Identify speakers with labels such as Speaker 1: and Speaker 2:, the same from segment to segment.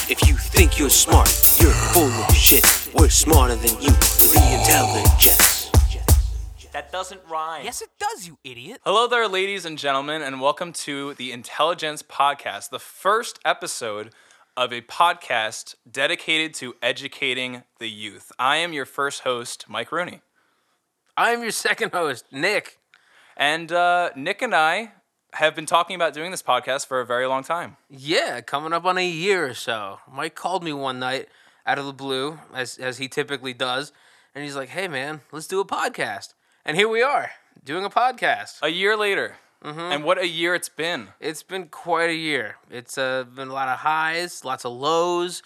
Speaker 1: think you're smart. You're full of shit. We're smarter than you. The intelligence.
Speaker 2: That doesn't rhyme.
Speaker 3: Yes, it does, you idiot.
Speaker 4: Hello there, ladies and gentlemen, and welcome to the Intelligence Podcast, the first episode of a podcast dedicated to educating the youth. I am your first host, Mike Rooney.
Speaker 5: I am your second host, Nick.
Speaker 4: And uh, Nick and I have been talking about doing this podcast for a very long time.
Speaker 5: Yeah, coming up on a year or so. Mike called me one night out of the blue, as as he typically does, and he's like, "Hey, man, let's do a podcast." And here we are doing a podcast.
Speaker 4: A year later.
Speaker 5: Mm-hmm.
Speaker 4: And what a year it's been.
Speaker 5: It's been quite a year. It's uh, been a lot of highs, lots of lows,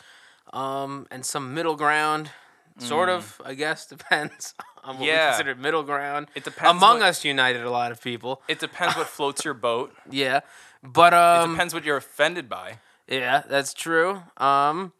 Speaker 5: um, and some middle ground. Sort of, I guess, depends on what
Speaker 4: Hmm. Yeah.
Speaker 5: we consider middle ground.
Speaker 4: It depends
Speaker 5: Among
Speaker 4: what-
Speaker 5: Us United, a lot of people.
Speaker 4: It depends what floats your boat,
Speaker 5: Yeah, but
Speaker 4: it
Speaker 5: um,
Speaker 4: depends what you're offended by.
Speaker 5: Yeah, that's true. Um,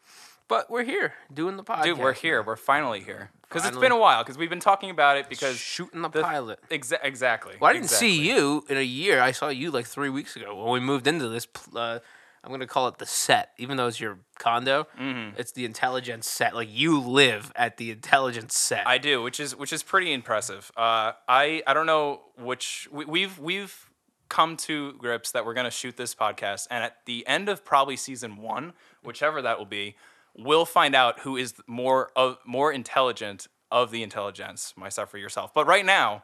Speaker 5: but we're here doing the podcast.
Speaker 4: Dude, we're here. We're finally here. Because it's
Speaker 5: Finally.
Speaker 4: been a while, because we've been talking about it because.
Speaker 5: shooting the, pilot.
Speaker 4: Exa- exactly.
Speaker 5: Well, I didn't
Speaker 4: exactly.
Speaker 5: see you in a year. I saw you like three weeks ago when we moved into this. pl- Uh, I'm gonna call it the set, even though it's your condo.
Speaker 4: Mm-hmm.
Speaker 5: It's the intelligence set. Like you live at the intelligence set.
Speaker 4: I do, which is which is pretty impressive. Uh, I I don't know which we, we've we've come to grips that we're gonna shoot this podcast, and at the end of probably season one, whichever that will be, we'll find out who is more of more intelligent of the intelligence, myself or yourself. But right now,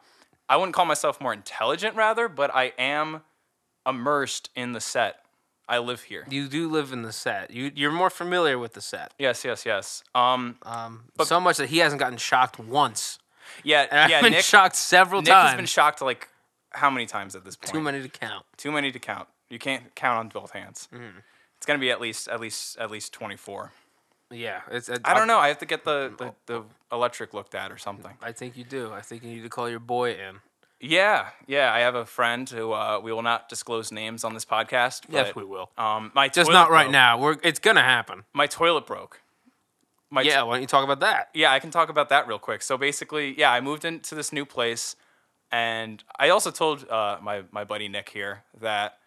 Speaker 4: I wouldn't call myself more intelligent, rather, but I am immersed in the set. I live here.
Speaker 5: you do live in the set. You you're more familiar with the set.
Speaker 4: Yes, yes, yes. Um,
Speaker 5: Uh, so much that he hasn't gotten shocked once.
Speaker 4: yeah,
Speaker 5: And
Speaker 4: yeah.
Speaker 5: I've been
Speaker 4: Nick,
Speaker 5: shocked several
Speaker 4: Nick
Speaker 5: times.
Speaker 4: has been shocked like how many times at this point?
Speaker 5: Too many to count.
Speaker 4: too many to count. You can't count on both hands. It's gonna be at least at least at least twenty four.
Speaker 5: Yeah, it's. uh,
Speaker 4: I don't know. I have to get the, the, the electric looked at or something.
Speaker 5: I think you do. I think you need to call your boy in.
Speaker 4: Yeah, yeah. I have a friend who uh, we will not disclose names on this podcast.
Speaker 5: Yes,
Speaker 4: but,
Speaker 5: we will.
Speaker 4: Um, my
Speaker 5: Just
Speaker 4: toilet
Speaker 5: not right
Speaker 4: broke.
Speaker 5: now. We're it's gonna happen.
Speaker 4: My toilet broke. My
Speaker 5: Yeah, why don't you talk about that?
Speaker 4: yeah, I can talk about that real quick. So basically, yeah, I moved into this new place, and I also told uh, my my buddy Nick here that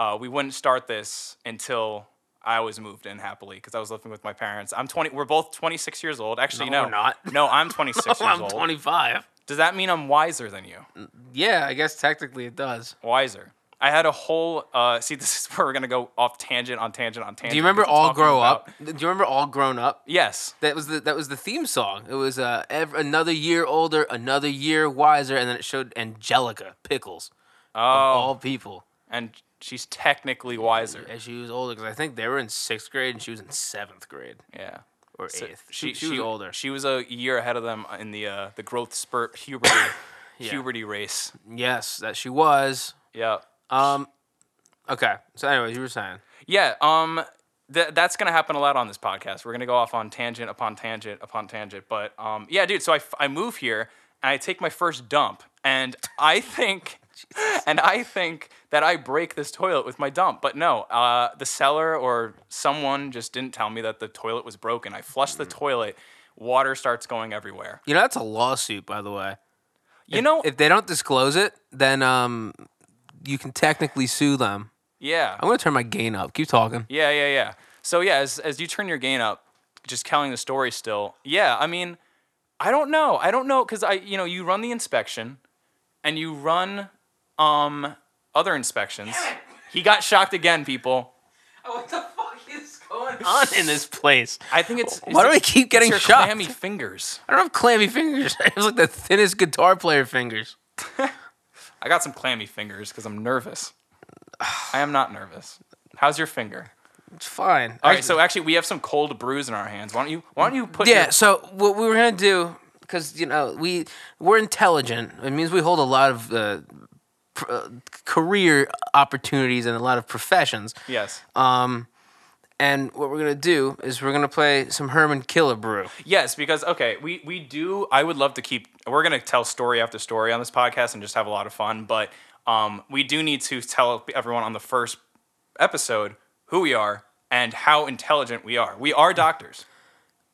Speaker 4: uh, we wouldn't start this until I was moved in happily because I was living with my parents. I'm 20. We're both 26 years old. Actually,
Speaker 5: No,
Speaker 4: no,
Speaker 5: we're not.
Speaker 4: No, I'm 26 years
Speaker 5: I'm
Speaker 4: old.
Speaker 5: 25.
Speaker 4: Does that mean I'm wiser than you?
Speaker 5: Yeah, I guess technically it does.
Speaker 4: Wiser. I had a whole. Uh, see, this is where we're gonna go off tangent on tangent on tangent.
Speaker 5: Do you remember
Speaker 4: 'cause it's
Speaker 5: All
Speaker 4: talking
Speaker 5: Grow
Speaker 4: about-
Speaker 5: Up? Do you remember All Grown Up?
Speaker 4: Yes.
Speaker 5: That was the that was the theme song. It was uh ev- another year older, another year wiser, and then it showed Angelica Pickles. Oh, all people.
Speaker 4: And she's technically wiser.
Speaker 5: And she was older because I think they were in sixth grade and she was in seventh grade
Speaker 4: Yeah.
Speaker 5: or
Speaker 4: So
Speaker 5: eighth. She, she, was older.
Speaker 4: She was a year ahead of them in the uh, the growth spurt puberty puberty race.
Speaker 5: yes, that she was.
Speaker 4: Yeah.
Speaker 5: Um, okay. So, anyways, you were saying.
Speaker 4: Yeah. Um. Th- that's gonna happen a lot on this podcast. We're gonna go off on tangent upon tangent upon tangent. But um. Yeah, dude. So I, f- I move here and I take my first dump and I think. And I think that I break this toilet with my dump, but no, uh, the seller or someone just didn't tell me that the toilet was broken. I flush
Speaker 5: Mm.
Speaker 4: the toilet, water starts going everywhere.
Speaker 5: You know, that's a lawsuit, by the way.
Speaker 4: You know,
Speaker 5: If they don't disclose it, then um, you can technically sue them.
Speaker 4: yeah.
Speaker 5: I'm gonna turn my gain up. Keep talking.
Speaker 4: Yeah, yeah, yeah. So yeah, as as you turn your gain up, just telling the story still. Yeah, I mean, I don't know. I don't know because I, you know, you run the inspection, and you run um other inspections. He got shocked again, people.
Speaker 5: What the fuck is going on in this place?
Speaker 4: I think it's.
Speaker 5: Why do I keep getting
Speaker 4: it's your
Speaker 5: shocked?
Speaker 4: Clammy fingers.
Speaker 5: I don't have clammy fingers. I have like the thinnest guitar player fingers.
Speaker 4: I got some clammy fingers because I'm nervous. I am not nervous. How's your finger?
Speaker 5: It's fine.
Speaker 4: All right, so actually, we have some cold brews in our hands. Why don't you? Why don't you put?
Speaker 5: yeah.
Speaker 4: your-
Speaker 5: So what we were gonna do, because you know we we're intelligent. It means we hold a lot of uh, pr- uh, career opportunities and a lot of professions.
Speaker 4: yes.
Speaker 5: And what we're gonna do is we're gonna play some Herman Killer Brew.
Speaker 4: Yes, because okay, we we do. I would love to keep. We're gonna tell story after story on this podcast and just have a lot of fun. But um, we do need to tell everyone on the first episode who we are and how intelligent we are. We are doctors.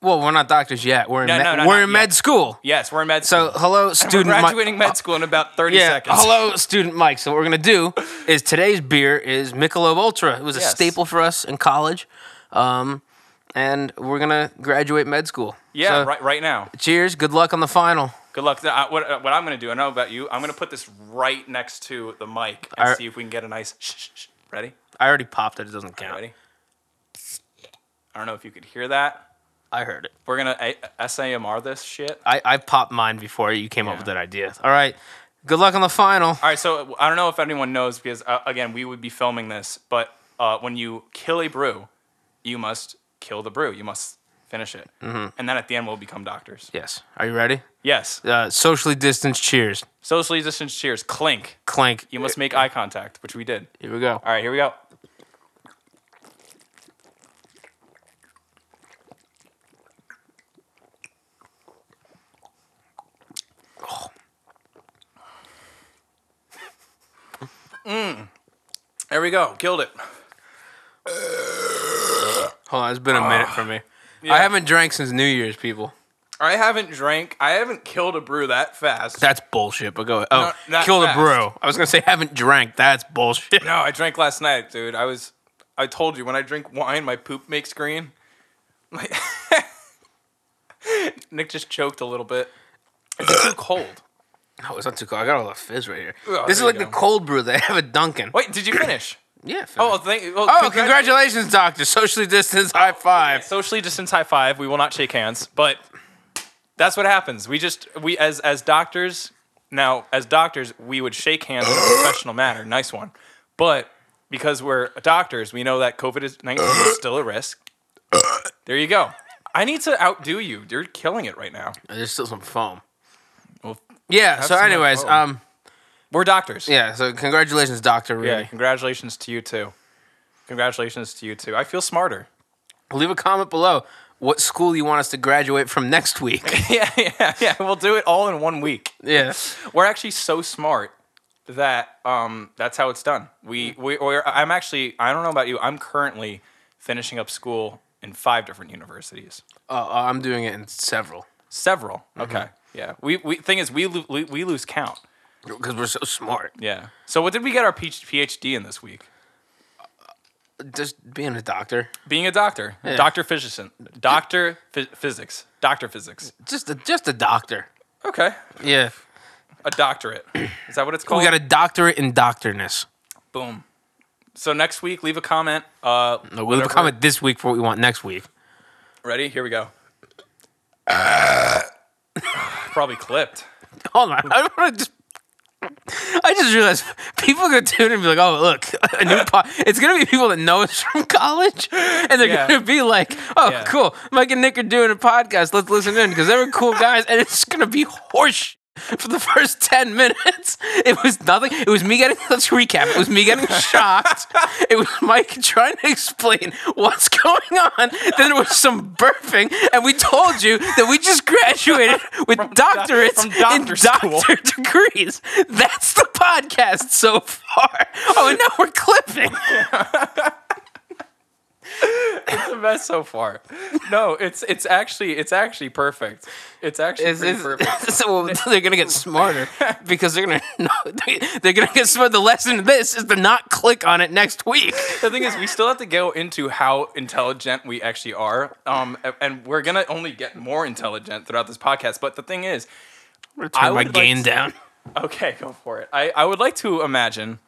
Speaker 5: Well, we're not doctors yet. We're in
Speaker 4: No,
Speaker 5: med-
Speaker 4: no, no,
Speaker 5: we're
Speaker 4: not
Speaker 5: in med
Speaker 4: yet.
Speaker 5: school.
Speaker 4: Yes, we're in med.
Speaker 5: So
Speaker 4: school.
Speaker 5: hello,
Speaker 4: And
Speaker 5: student.
Speaker 4: we're
Speaker 5: Mi-
Speaker 4: graduating med school in about thirty
Speaker 5: yeah.
Speaker 4: seconds.
Speaker 5: Hello, student Mike. So what we're gonna do is today's beer is Michelob Ultra. It was a
Speaker 4: Yes.
Speaker 5: staple for us in college. Um, and we're gonna graduate med school.
Speaker 4: Yeah,
Speaker 5: So,
Speaker 4: right, right now.
Speaker 5: Cheers. Good luck on the final.
Speaker 4: Good luck. Uh, what, uh, what I'm going to do, I don't know about you, I'm going to put this right next to the mic and
Speaker 5: Alright.
Speaker 4: see if we can get a nice shh, shh, shh. Ready?
Speaker 5: I already popped it. It doesn't count.
Speaker 4: Ready? I don't know if you could hear that.
Speaker 5: I heard it.
Speaker 4: We're going to a- SAMR this shit.
Speaker 5: I, I popped mine before you came up
Speaker 4: Yeah.
Speaker 5: with that idea. All right. Good luck on the final.
Speaker 4: All right, so I don't know if anyone knows because, uh, again, we would be filming this, but uh, when you kill a brew, you must kill the brew. You must finish it. And then at the end, we'll become doctors.
Speaker 5: Yes. Are you ready?
Speaker 4: Yes.
Speaker 5: Uh, socially distanced cheers.
Speaker 4: Socially distanced cheers. Clink.
Speaker 5: Clank.
Speaker 4: You must make eye contact, which we did.
Speaker 5: Here we go.
Speaker 4: All right, here we go. Mm. There we go. Killed it.
Speaker 5: Hold on. It's
Speaker 4: Ah.
Speaker 5: been a minute for me. I haven't drank since New Year's, people.
Speaker 4: I haven't drank. I haven't killed a brew that fast.
Speaker 5: That's bullshit. But go. Oh,
Speaker 4: Not- not
Speaker 5: kill the
Speaker 4: fast.
Speaker 5: brew. I was gonna say haven't drank. That's bullshit.
Speaker 4: no, I drank last night, dude. I was. I told you when I drink wine, my poop makes green. Like- Nick just choked a little bit. It's too cold.
Speaker 5: No, it's not too cold. I got all the fizz right here.
Speaker 4: Oh,
Speaker 5: this is
Speaker 4: there
Speaker 5: like
Speaker 4: you
Speaker 5: the
Speaker 4: go.
Speaker 5: cold brew that I have at Dunkin'.
Speaker 4: Wait, did you finish?
Speaker 5: Yeah. fizz.
Speaker 4: Oh, thank. Well,
Speaker 5: Oh,
Speaker 4: congrat-
Speaker 5: congratulations, doctor. Socially distanced. High five.
Speaker 4: Socially distanced high five. We will not shake hands, but that's what happens. We just we as as doctors now as doctors we would shake hands in a professional manner. Nice one, but because we're doctors, we know that COVID is nineteen is still a risk. There you go. I need to outdo you. You're killing it right now.
Speaker 5: There's still some foam.
Speaker 4: Well,
Speaker 5: Yeah. So,
Speaker 4: some more
Speaker 5: anyways,
Speaker 4: foam.
Speaker 5: um,
Speaker 4: we're doctors.
Speaker 5: yeah. So, congratulations, Doctor
Speaker 4: Yeah.
Speaker 5: Rudy.
Speaker 4: Congratulations to you too. Congratulations to you too. I feel smarter.
Speaker 5: Leave a comment below what school you want us to graduate from next week.
Speaker 4: yeah, yeah, yeah. We'll do it all in one week.
Speaker 5: yeah.
Speaker 4: we're actually so smart that um, that's how it's done. We we or I'm actually I don't know about you. I'm currently finishing up school in five different universities.
Speaker 5: Oh, oh, I'm doing it in several
Speaker 4: Several. Okay. Yeah. We we thing is we, lo- we we lose count.
Speaker 5: because we're so smart.
Speaker 4: Yeah. So what did we get our P- PhD in this week?
Speaker 5: Just being a doctor,
Speaker 4: Being a doctor, doctor physician, doctor phy- physics, doctor physics.
Speaker 5: just a, just a doctor.
Speaker 4: Okay.
Speaker 5: Yeah.
Speaker 4: A doctorate. Is that what it's called?
Speaker 5: We got a doctorate in doctorness.
Speaker 4: boom. So next week, leave a comment. Uh,
Speaker 5: No, we'll leave a
Speaker 4: whatever-
Speaker 5: comment this week for what we want next week.
Speaker 4: Ready? Here we go. Uh. Probably clipped.
Speaker 5: Hold on. I wanna just. I just realized people are gonna tune in and be like, "Oh, look, a new pod." It's gonna be people that know us from college, and they're
Speaker 4: Yeah.
Speaker 5: gonna be like, "Oh,
Speaker 4: Yeah.
Speaker 5: cool, Mike and Nick are doing a podcast. Let's listen in because they were cool guys." And it's gonna be horseshit for the first ten minutes. It was nothing. It was me getting. Let's recap. It was me getting shocked. It was Mike trying to explain what's going on. Then there was some burping, and we told you that we just graduated with doctorates
Speaker 4: from doctor
Speaker 5: in
Speaker 4: school.
Speaker 5: doctor degrees. That's the podcast so far. Oh, and now we're clipping.
Speaker 4: The best so far. No, it's it's actually it's actually perfect. It's actually
Speaker 5: It's-
Speaker 4: pretty
Speaker 5: it's-
Speaker 4: perfect.
Speaker 5: so they're gonna get smarter because they're gonna no, they, they're gonna get smart. The lesson of this is to not click on it next week.
Speaker 4: The thing is, we still have to go into how intelligent we actually are, um, a- and we're gonna only get more intelligent throughout this podcast. But the thing is,
Speaker 5: We're
Speaker 4: I
Speaker 5: turning my
Speaker 4: would like
Speaker 5: gain
Speaker 4: to-
Speaker 5: down.
Speaker 4: okay, go for it. I I would like to imagine.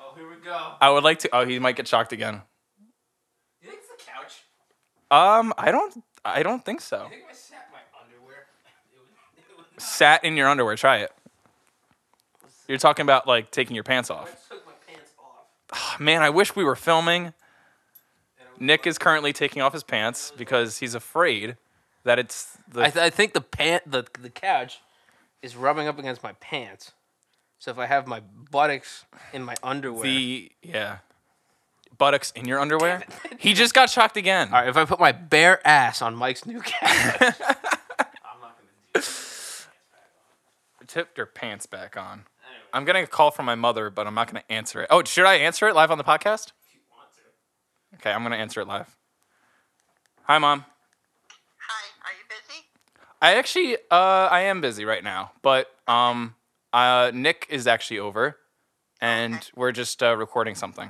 Speaker 5: Oh, here we go.
Speaker 4: I would like to. Oh, he might get shocked again.
Speaker 5: You think it's the couch?
Speaker 4: Um, I don't. I don't think so.
Speaker 5: I sat my underwear.
Speaker 4: Sat in your underwear. Try it. You're talking about like taking your pants off.
Speaker 5: took my pants off.
Speaker 4: Man, I wish we were filming. Nick is currently taking off his pants because he's afraid that it's the.
Speaker 5: I, th- I think the pant the the couch is rubbing up against my pants. So if I have my buttocks in my underwear,
Speaker 4: the yeah. Buttocks in your underwear? He just got shocked again.
Speaker 5: All right, if I put my bare ass on Mike's new couch, I'm not gonna do that.
Speaker 4: Tipped your pants back on. I'm getting a call from my mother, but I'm not going to answer it. Oh, should I answer it live on the podcast? Okay, I'm going to answer it live. Hi, mom.
Speaker 3: Hi, are you busy?
Speaker 4: I actually, uh, I am busy right now, but um, uh, Nick is actually over, and we're just uh, recording something.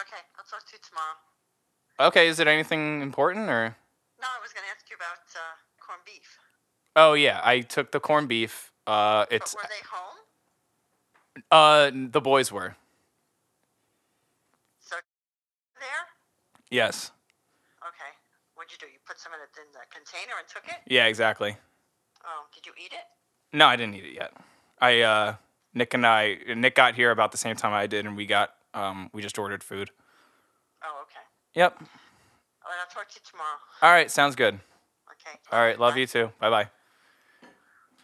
Speaker 3: Okay, I'll talk to you tomorrow.
Speaker 4: Okay, is it anything important or?
Speaker 3: uh,
Speaker 4: Oh yeah, I took the corned beef. Uh,
Speaker 3: But
Speaker 4: it's
Speaker 3: were they home?
Speaker 4: uh, the boys were
Speaker 3: So there?
Speaker 4: yes,
Speaker 3: Okay. What'd you do? You put some in, a, in the container and took it?
Speaker 4: yeah, exactly.
Speaker 3: Oh, did you eat it?
Speaker 4: No, I didn't eat it yet. I uh, Nick and I Nick got here about the same time I did, and we got um, we just ordered food.
Speaker 3: Oh, okay.
Speaker 4: Yep.
Speaker 3: All right, I'll talk to you tomorrow.
Speaker 4: All right, sounds good.
Speaker 3: Okay.
Speaker 4: All right, love you too. Bye bye.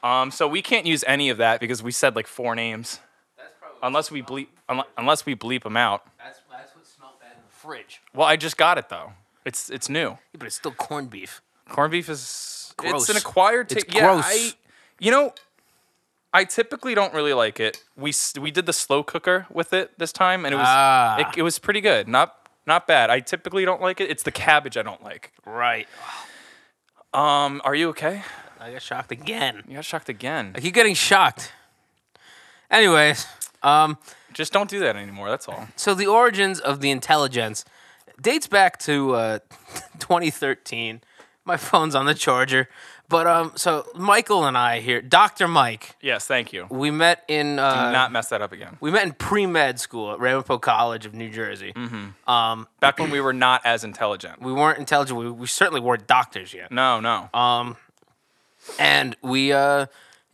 Speaker 4: Um, so we can't use any of that because we said like four names,
Speaker 5: That's probably
Speaker 4: unless we bleep unle- unless we bleep them out.
Speaker 5: That's, that's what smelled bad in the fridge.
Speaker 4: Well, I just got it though. It's it's new.
Speaker 5: but it's still corned beef.
Speaker 4: Corned beef is
Speaker 5: Gross.
Speaker 4: It's an acquired taste.
Speaker 5: It's
Speaker 4: yeah,
Speaker 5: gross.
Speaker 4: I, you know, I typically don't really like it. We s- we did the slow cooker with it this time, and it was
Speaker 5: Ah.
Speaker 4: it, it was pretty good. Not not bad. I typically don't like it. It's the cabbage I don't like.
Speaker 5: Right.
Speaker 4: Um, are you okay?
Speaker 5: I got shocked again.
Speaker 4: You got shocked again.
Speaker 5: I keep getting shocked. Anyways, um,
Speaker 4: Just don't do that anymore. That's all.
Speaker 5: so the origins of the intelligence dates back to uh, 2013. My phone's on the charger, but um, so Michael and I here, Doctor Mike,
Speaker 4: Yes, thank you.
Speaker 5: we met in uh,
Speaker 4: Not mess that up again.
Speaker 5: we met in pre med school at Ramapo College of New Jersey.
Speaker 4: Back when we were not as intelligent.
Speaker 5: We weren't intelligent. We, we certainly weren't doctors yet.
Speaker 4: No, no.
Speaker 5: Um, and we uh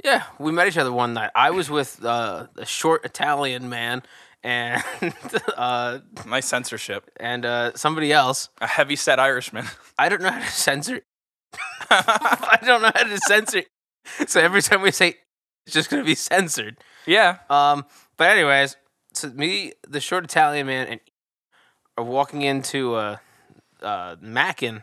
Speaker 5: yeah we met each other one night i was with uh, a short italian man and uh
Speaker 4: nice censorship.
Speaker 5: and uh somebody else
Speaker 4: A heavy set Irishman.
Speaker 5: i don't know how to censor i don't know how to censor so every time we say it's just gonna be censored
Speaker 4: yeah.
Speaker 5: um but anyways so me the short italian man and are walking into uh uh mackin is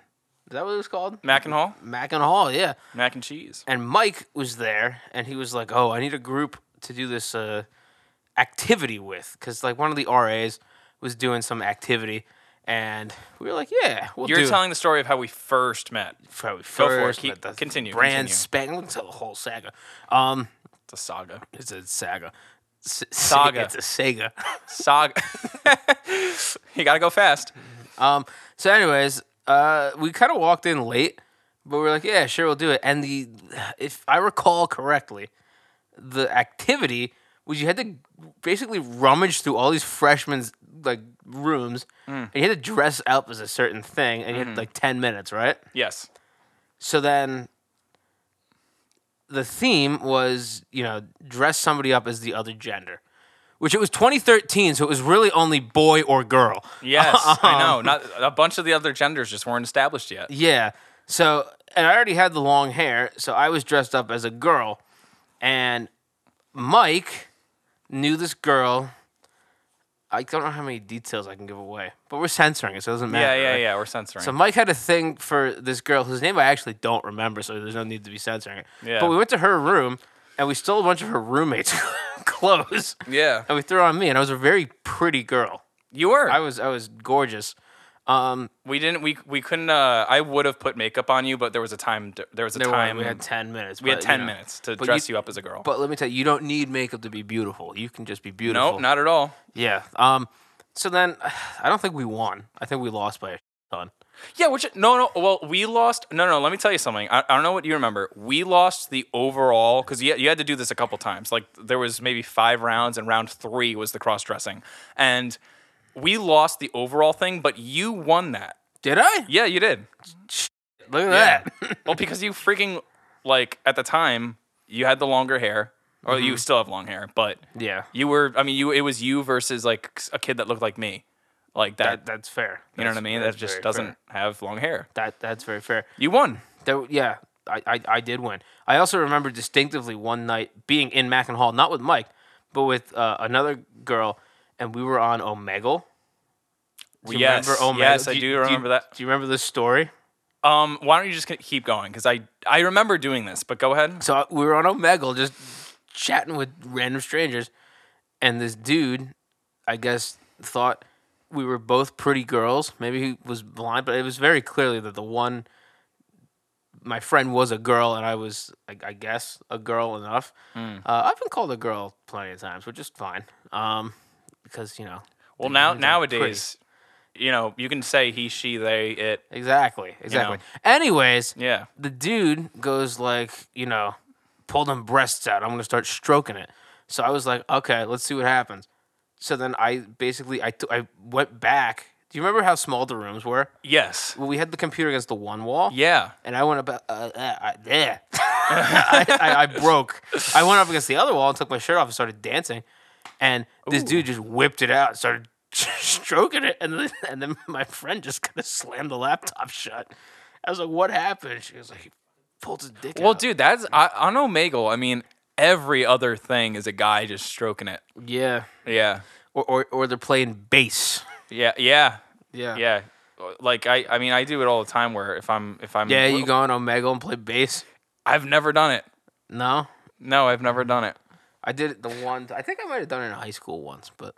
Speaker 5: that what it was called
Speaker 4: Mac and Hall.
Speaker 5: mackin hall yeah
Speaker 4: Mac and cheese.
Speaker 5: and Mike was there, and he was like, "Oh, I need a group to do this uh, activity with," because like one of the RAs was doing some activity, and we were like, "Yeah, we'll
Speaker 4: You're
Speaker 5: do."
Speaker 4: telling the story of how we first met.
Speaker 5: it." Probably
Speaker 4: Go for it.
Speaker 5: first,
Speaker 4: Keep-
Speaker 5: but the
Speaker 4: continue,
Speaker 5: Brand
Speaker 4: continue.
Speaker 5: spanking. Let's tell the whole saga. Um,
Speaker 4: It's a saga.
Speaker 5: it's a saga. S-
Speaker 4: Saga.
Speaker 5: It's a saga.
Speaker 4: Saga. you gotta go fast.
Speaker 5: Um, so, anyways, uh, we kind of walked in late, but we are like, yeah, sure, we'll do it. And the, if I recall correctly, the activity was you had to basically rummage through all these freshmen's like rooms, and you had to dress up as a certain thing, and you had like ten minutes, right?
Speaker 4: Yes.
Speaker 5: So then. The theme was, you know, dress somebody up as the other gender, which it was 2013, so it was really only boy or girl.
Speaker 4: Yes. I know. Not a bunch of the other genders just weren't established yet.
Speaker 5: Um, Yeah. So, and I already had the long hair, so I was dressed up as a girl. And Mike knew this girl. I don't know how many details I can give away, but we're censoring it, so it doesn't
Speaker 4: Yeah,
Speaker 5: matter.
Speaker 4: yeah,
Speaker 5: right?
Speaker 4: yeah. We're censoring.
Speaker 5: So Mike had a thing for this girl whose name I actually don't remember, so there's no need to be censoring it.
Speaker 4: Yeah.
Speaker 5: But we went to her room and we stole a bunch of her roommates' clothes.
Speaker 4: yeah.
Speaker 5: And we threw it on me, and I was a very pretty girl.
Speaker 4: You were.
Speaker 5: I was I was gorgeous. Um,
Speaker 4: we didn't. We we couldn't. Uh, I would have put makeup on you, but there was a time. d- There was a
Speaker 5: there were-
Speaker 4: time.
Speaker 5: we had ten minutes.
Speaker 4: we had
Speaker 5: but, you
Speaker 4: ten
Speaker 5: know.
Speaker 4: minutes to
Speaker 5: But
Speaker 4: dress you, up as a girl.
Speaker 5: But let me tell you, you don't need makeup to be beautiful. You can just be beautiful.
Speaker 4: nope, not at all.
Speaker 5: yeah. Um. So then, I don't think we won. I think we lost by a ton.
Speaker 4: Yeah, which no, no. Well, we lost. No, no. Let me tell you something. I, I don't know what you remember. We lost the overall because you, you had to do this a couple times. Like there was maybe five rounds, and round three was the cross dressing, and we lost the overall thing. But you won that.
Speaker 5: Did I?
Speaker 4: Yeah, you did.
Speaker 5: Look at that.
Speaker 4: well, because you freaking like at the time you had the longer hair, or
Speaker 5: Mm-hmm.
Speaker 4: you still have long hair, but
Speaker 5: Yeah.
Speaker 4: you were. I mean, you. It was you versus like a kid that looked like me, like
Speaker 5: That,
Speaker 4: that.
Speaker 5: that's fair.
Speaker 4: you know what I mean? That just doesn't have long hair.
Speaker 5: That that's very fair.
Speaker 4: You won.
Speaker 5: There, yeah, I, I I did win. I also remember distinctively one night being in Mackin Hall, not with Mike, but with uh, another girl, and we were on Omegle. Do you
Speaker 4: yes,
Speaker 5: remember Omegle?
Speaker 4: yes, I do,
Speaker 5: you-
Speaker 4: remember
Speaker 5: you,
Speaker 4: that.
Speaker 5: Do you remember this story?
Speaker 4: Um, why don't you just keep going? Because I I remember doing this, but go ahead.
Speaker 5: So I- we were on Omegle just chatting with random strangers, and this dude, I guess, thought we were both pretty girls. Maybe he was blind, but it was very clearly that the one, my friend was a girl, and I was, I, I guess, a girl enough. Uh, I've been called a girl plenty of times, which is fine. Um, because you know,
Speaker 4: Well, now
Speaker 5: dudes are
Speaker 4: nowadays you know, you can say he, she, they, it.
Speaker 5: Exactly. Exactly. Anyways,
Speaker 4: Yeah.
Speaker 5: the dude goes like, you know, pull them breasts out. I'm gonna start stroking it. So I was like, okay, let's see what happens. So then I basically I t- I went back. Do you remember how small the rooms were?
Speaker 4: Yes.
Speaker 5: Well, we had the computer against the one wall.
Speaker 4: Yeah.
Speaker 5: And I went up. Uh, uh, I, yeah. I, I, I broke. I went up against the other wall and took my shirt off and started dancing. And this dude just whipped it out, and started stroking it, and then, and then my friend just kind of slammed the laptop shut. I was like, "What happened?" She was like, "He pulled his dick
Speaker 4: Well,
Speaker 5: out."
Speaker 4: dude, that's I, on Omegle. I mean, every other thing is a guy just stroking it.
Speaker 5: yeah.
Speaker 4: Yeah.
Speaker 5: Or, or or they're playing bass.
Speaker 4: Yeah. Yeah.
Speaker 5: Yeah.
Speaker 4: Yeah. Like I, I mean, I do it all the time. Where if I'm, if I'm,
Speaker 5: Yeah, you go on Omegle and play bass.
Speaker 4: I've never done it.
Speaker 5: No,
Speaker 4: No, I've never done it.
Speaker 5: I did it the one. I think I might have done it in high school once, but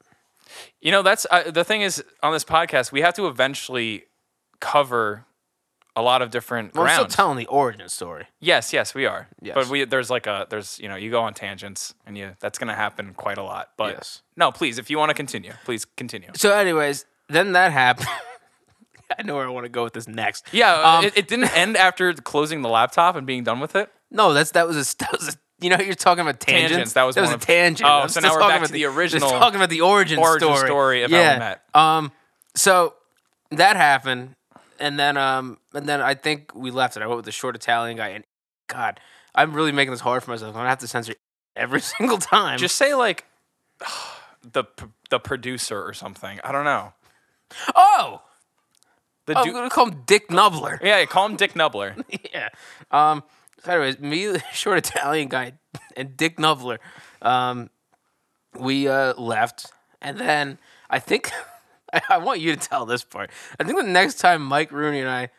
Speaker 4: You know, that's uh, the thing is on this podcast, we have to eventually cover a lot of different
Speaker 5: Well, I'm still
Speaker 4: grounds.
Speaker 5: telling the origin story.
Speaker 4: yes, yes, we are.
Speaker 5: Yes.
Speaker 4: But we there's like a there's you know you go on tangents and you that's gonna happen quite a lot. But
Speaker 5: Yes.
Speaker 4: no, please, if you want to continue, please continue.
Speaker 5: So, anyways, then that happened. I know where I want to go with this next.
Speaker 4: Yeah, uh,
Speaker 5: Um,
Speaker 4: it, it didn't end after closing the laptop and being done with it.
Speaker 5: no, that's that was a that was a. You know, you're talking about tangents.
Speaker 4: Tangents, that was
Speaker 5: that was
Speaker 4: one
Speaker 5: a
Speaker 4: of-
Speaker 5: tangent.
Speaker 4: Oh,
Speaker 5: I'm
Speaker 4: so
Speaker 5: still
Speaker 4: now we're
Speaker 5: talking
Speaker 4: back
Speaker 5: about
Speaker 4: to the original
Speaker 5: Just talking about the origin,
Speaker 4: origin
Speaker 5: story.
Speaker 4: story of how we
Speaker 5: yeah.
Speaker 4: met.
Speaker 5: Um, so that happened, and then um, and then I think we left it. I went with the short Italian guy, and God, I'm really making this hard for myself. I'm gonna have to censor every single time.
Speaker 4: Just say like the p- the producer or something. I don't know.
Speaker 5: oh,
Speaker 4: The
Speaker 5: I'm
Speaker 4: du-
Speaker 5: gonna call him Dick Nubler.
Speaker 4: yeah, yeah, call him Dick Nubler.
Speaker 5: yeah. Um. So, anyways, me, short Italian guy, and Dick Nubler, um, we uh, left, and then I think I, I want you to tell this part. I think the next time Mike Rooney and I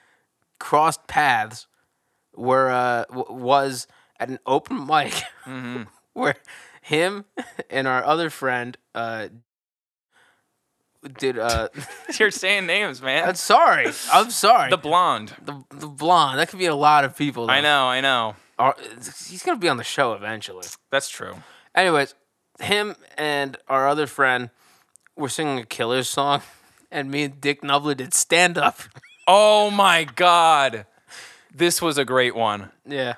Speaker 5: crossed paths were uh, w- was at an open mic
Speaker 4: Mm-hmm.
Speaker 5: where him and our other friend uh, did. Uh,
Speaker 4: You're saying names, man.
Speaker 5: I'm sorry. I'm sorry.
Speaker 4: the blonde.
Speaker 5: the, the blonde. That could be a lot of people.
Speaker 4: I
Speaker 5: though.
Speaker 4: know, I know.
Speaker 5: Our, he's gonna be on the show eventually.
Speaker 4: That's true.
Speaker 5: Anyways, him and our other friend were singing a Killers song, and me and Dick Nubler did stand up.
Speaker 4: Oh my god. This was a great one.
Speaker 5: Yeah,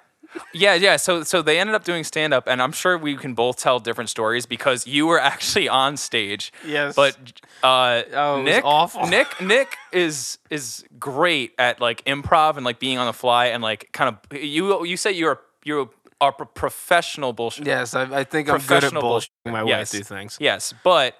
Speaker 4: Yeah, yeah. So so they ended up doing stand up and I'm sure we can both tell different stories because you were actually on stage.
Speaker 5: Yes.
Speaker 4: But uh
Speaker 5: Oh, it was
Speaker 4: Nick
Speaker 5: awful.
Speaker 4: Nick Nick is is great at like improv and like being on the fly and like kind of you you say you're you're a pro- professional bullshit.
Speaker 5: yes, I, I think I'm good at
Speaker 4: Professional
Speaker 5: bullshitting
Speaker 4: bullshit.
Speaker 5: my way
Speaker 4: Yes.
Speaker 5: through things.
Speaker 4: Yes, but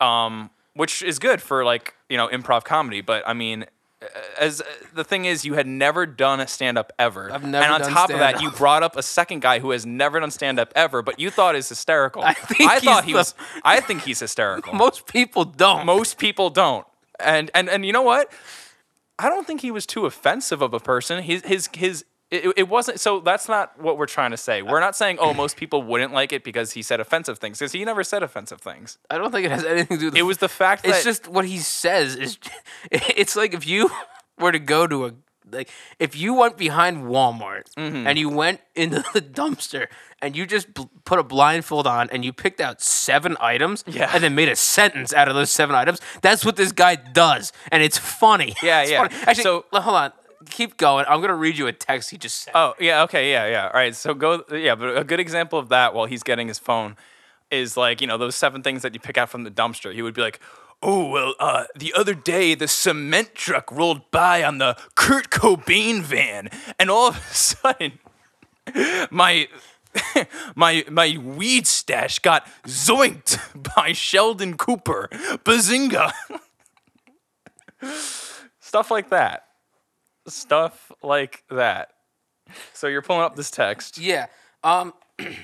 Speaker 4: um, which is good for like you know improv comedy. But I mean, uh, as uh, the thing is, you had never done a stand up ever.
Speaker 5: I've never
Speaker 4: And on
Speaker 5: done
Speaker 4: top of that, you
Speaker 5: stand-up.
Speaker 4: brought up a second guy who has never done stand up ever, but you thought is hysterical. I
Speaker 5: think he's
Speaker 4: thought he
Speaker 5: the-
Speaker 4: was. I think he's hysterical.
Speaker 5: Most people don't.
Speaker 4: Most people don't. And and and you know what? I don't think he was too offensive of a person. His his his it, it wasn't so that's not what we're trying to say. We're not saying oh most people wouldn't like it because he said offensive things because he never said offensive things.
Speaker 5: I don't think it has anything to do. with
Speaker 4: It was the fact
Speaker 5: It's
Speaker 4: that
Speaker 5: just what he says is. It's like if you were to go to a like if you went behind Walmart
Speaker 4: Mm-hmm.
Speaker 5: and you went into the dumpster and you just bl- put a blindfold on and you picked out seven items
Speaker 4: Yeah.
Speaker 5: and then made a sentence out of those seven items. That's what this guy does, and it's funny.
Speaker 4: Yeah,
Speaker 5: It's
Speaker 4: yeah.
Speaker 5: funny. Actually,
Speaker 4: So-
Speaker 5: l- hold on. Keep going. I'm gonna read you a text he just sent.
Speaker 4: oh yeah okay yeah yeah all right so go yeah but a good example of that while he's getting his phone is like you know those seven things that you pick out from the dumpster. He would be like. Oh well, uh, the other day the cement truck rolled by on the Kurt Cobain van, and all of a sudden, my my my weed stash got zoinked by Sheldon Cooper. Bazinga. Stuff like that. Stuff like that. So you're pulling up this text.
Speaker 5: Yeah. Um,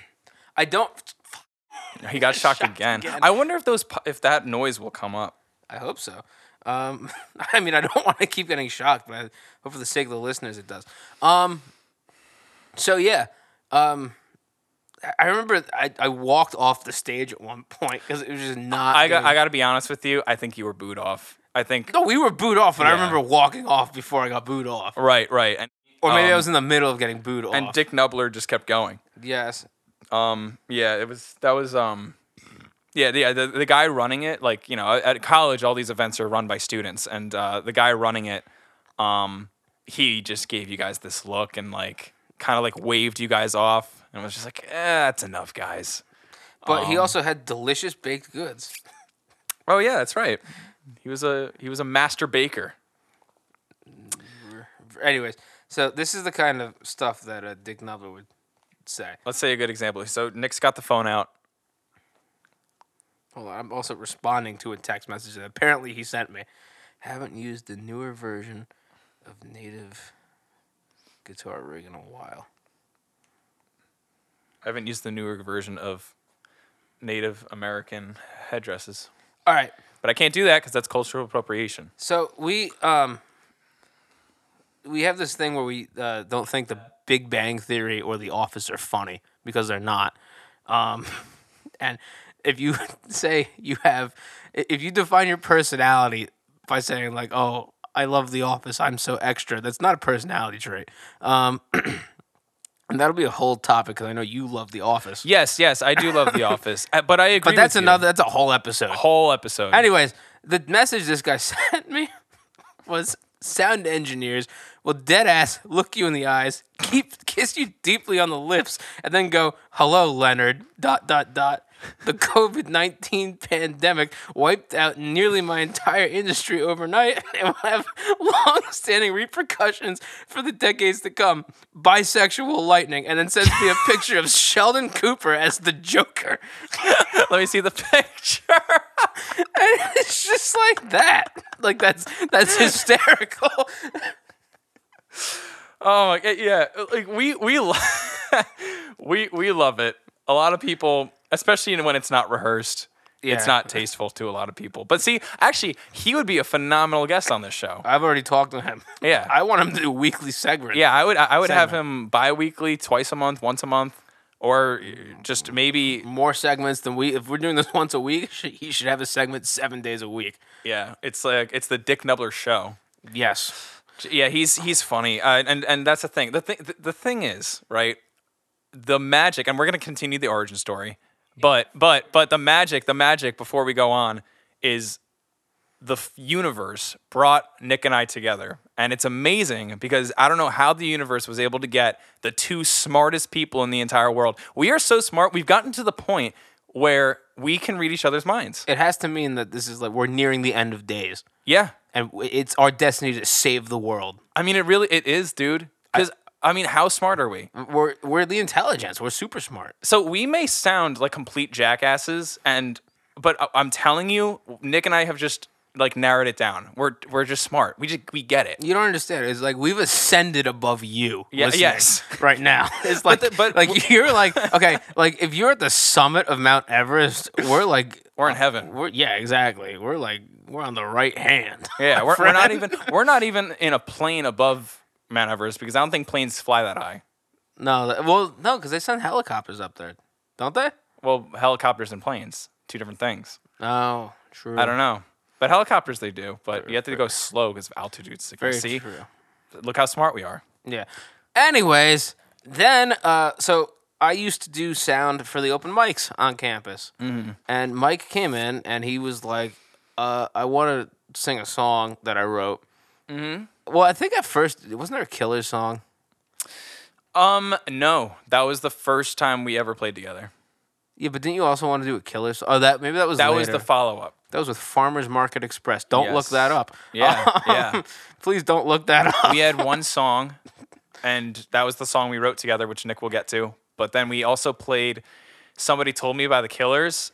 Speaker 5: I don't.
Speaker 4: He got shocked, again. I wonder if those pu- if that noise will come up.
Speaker 5: I hope so. Um, I mean, I don't want to keep getting shocked, but I hope for the sake of the listeners, it does. Um, so yeah, um, I- I remember I, I walked off the stage at one point because it was just not.
Speaker 4: I got
Speaker 5: gonna-
Speaker 4: I got to be honest with you. I think you were booed off. I think
Speaker 5: no, we were booed off, but I
Speaker 4: Yeah.
Speaker 5: remember walking off before I got booed off,
Speaker 4: right, right. And,
Speaker 5: or maybe I
Speaker 4: um,
Speaker 5: was in the middle of getting booed off.
Speaker 4: and Dick Nubler just kept going.
Speaker 5: yes,
Speaker 4: Um, yeah, it was that was um Yeah, yeah. The, the guy running it, like you know, at college, all these events are run by students, and uh, the guy running it, um, he just gave you guys this look and like kind of like waved you guys off, and was just like, eh, "That's enough, guys."
Speaker 5: But
Speaker 4: Um.
Speaker 5: he also had delicious baked goods.
Speaker 4: Oh yeah, that's right. He was a he was a master baker.
Speaker 5: Anyways, so this is the kind of stuff that uh, Dick Nubler would say.
Speaker 4: Let's say a good example. So Nick's got the phone out.
Speaker 5: Hold on, I'm also responding to a text message that apparently he sent me. Haven't used the newer version of native guitar rig in a while.
Speaker 4: I haven't used the newer version of Native American headdresses,
Speaker 5: All right,
Speaker 4: but I can't do that because that's cultural appropriation.
Speaker 5: so we um we have this thing where we uh, don't think the Big Bang Theory or The Office are funny because they're not. Um, and if you say you have, i- if you define your personality by saying like, "Oh, I love The Office. I'm so extra," that's not a personality trait. Um, and that'll be a whole topic because I know you love The Office.
Speaker 4: Yes, yes, I do love The Office, uh, but I agree.
Speaker 5: but that's
Speaker 4: with you.
Speaker 5: another. That's a whole episode.
Speaker 4: whole episode.
Speaker 5: Anyways, the message this guy sent me was sound engineers will dead ass look you in the eyes, keep kiss you deeply on the lips, and then go, "Hello, Leonard." Dot dot dot. The COVID nineteen pandemic wiped out nearly my entire industry overnight, and will have long-standing repercussions for the decades to come. Bisexual lightning, and then sends me a picture of Sheldon Cooper as the Joker.
Speaker 4: Let me see the picture.
Speaker 5: And it's just like that. Like that's that's hysterical.
Speaker 4: Oh my god, yeah. Like we we lo- we we love it. A lot of people, especially when it's not rehearsed,
Speaker 5: Yeah.
Speaker 4: it's not tasteful to a lot of people. But see, actually, he would be a phenomenal guest on this show.
Speaker 5: I've already talked to him.
Speaker 4: Yeah.
Speaker 5: I want him to do weekly segment.
Speaker 4: Yeah, I would I I would have him bi-weekly, twice a month, once a month, or just maybe
Speaker 5: More segments than we if we're doing this once a week, sh- he should have a segment 7 days a week.
Speaker 4: yeah. It's like it's the Dick Nubler show.
Speaker 5: Yes.
Speaker 4: Yeah, he's he's funny, uh, and and that's the thing. The thing the, the thing is right, the magic, and we're gonna continue the origin story, but but but the magic, the magic before we go on is the f- universe brought Nick and I together, and it's amazing because I don't know how the universe was able to get the two smartest people in the entire world. We are so smart. We've gotten to the point where we can read each other's minds.
Speaker 5: It has to mean that this is like we're nearing the end of days
Speaker 4: Yeah,
Speaker 5: and w- it's our destiny to save the world.
Speaker 4: I mean it really it is, dude. Because I mean, how smart are we?
Speaker 5: We're we're the intelligence. We're super smart.
Speaker 4: So we may sound like complete jackasses, and but I- I'm telling you, Nick and I have just like narrowed it down. We're we're just smart. We just we get it.
Speaker 5: You don't understand. It's like we've ascended above you.
Speaker 4: Yeah,
Speaker 5: listening
Speaker 4: yes.
Speaker 5: Right now, it's like,
Speaker 4: the- but-
Speaker 5: like you're like okay, like if you're at the summit of Mount Everest, we're like,
Speaker 4: We're in heaven.
Speaker 5: we're yeah, exactly. We're like, we're on the right hand.
Speaker 4: Yeah, we're, we're not
Speaker 5: friend.
Speaker 4: even we're not even in a plane above Mount Everest because I don't think planes fly that high.
Speaker 5: No, th- well, no, because they send helicopters up there, don't they?
Speaker 4: Well, helicopters and planes, two different things.
Speaker 5: No, true.
Speaker 4: I don't know, but helicopters they do. But you have to go slow because of altitude sickness.
Speaker 5: Very
Speaker 4: See,
Speaker 5: true.
Speaker 4: look how smart we are.
Speaker 5: Yeah. Anyways, then uh, so I used to do sound for the open mics on campus,
Speaker 4: Mm-hmm.
Speaker 5: and Mike came in and he was like, uh, "I want to sing a song that I wrote." Mm-hmm. Well, I think at first wasn't there a killer song?
Speaker 4: Um, no, that was the first time we ever played together.
Speaker 5: Yeah, but didn't you also want to do a killer? Song? Oh, that maybe that was
Speaker 4: That was
Speaker 5: later.
Speaker 4: the follow up.
Speaker 5: that was with Farmers Market Express. Don't look
Speaker 4: Yes.
Speaker 5: that up.
Speaker 4: Yeah, yeah.
Speaker 5: Please don't look that up.
Speaker 4: we had one song, and that was the song we wrote together, which Nick will get to. But then we also played "Somebody Told Me" by the Killers.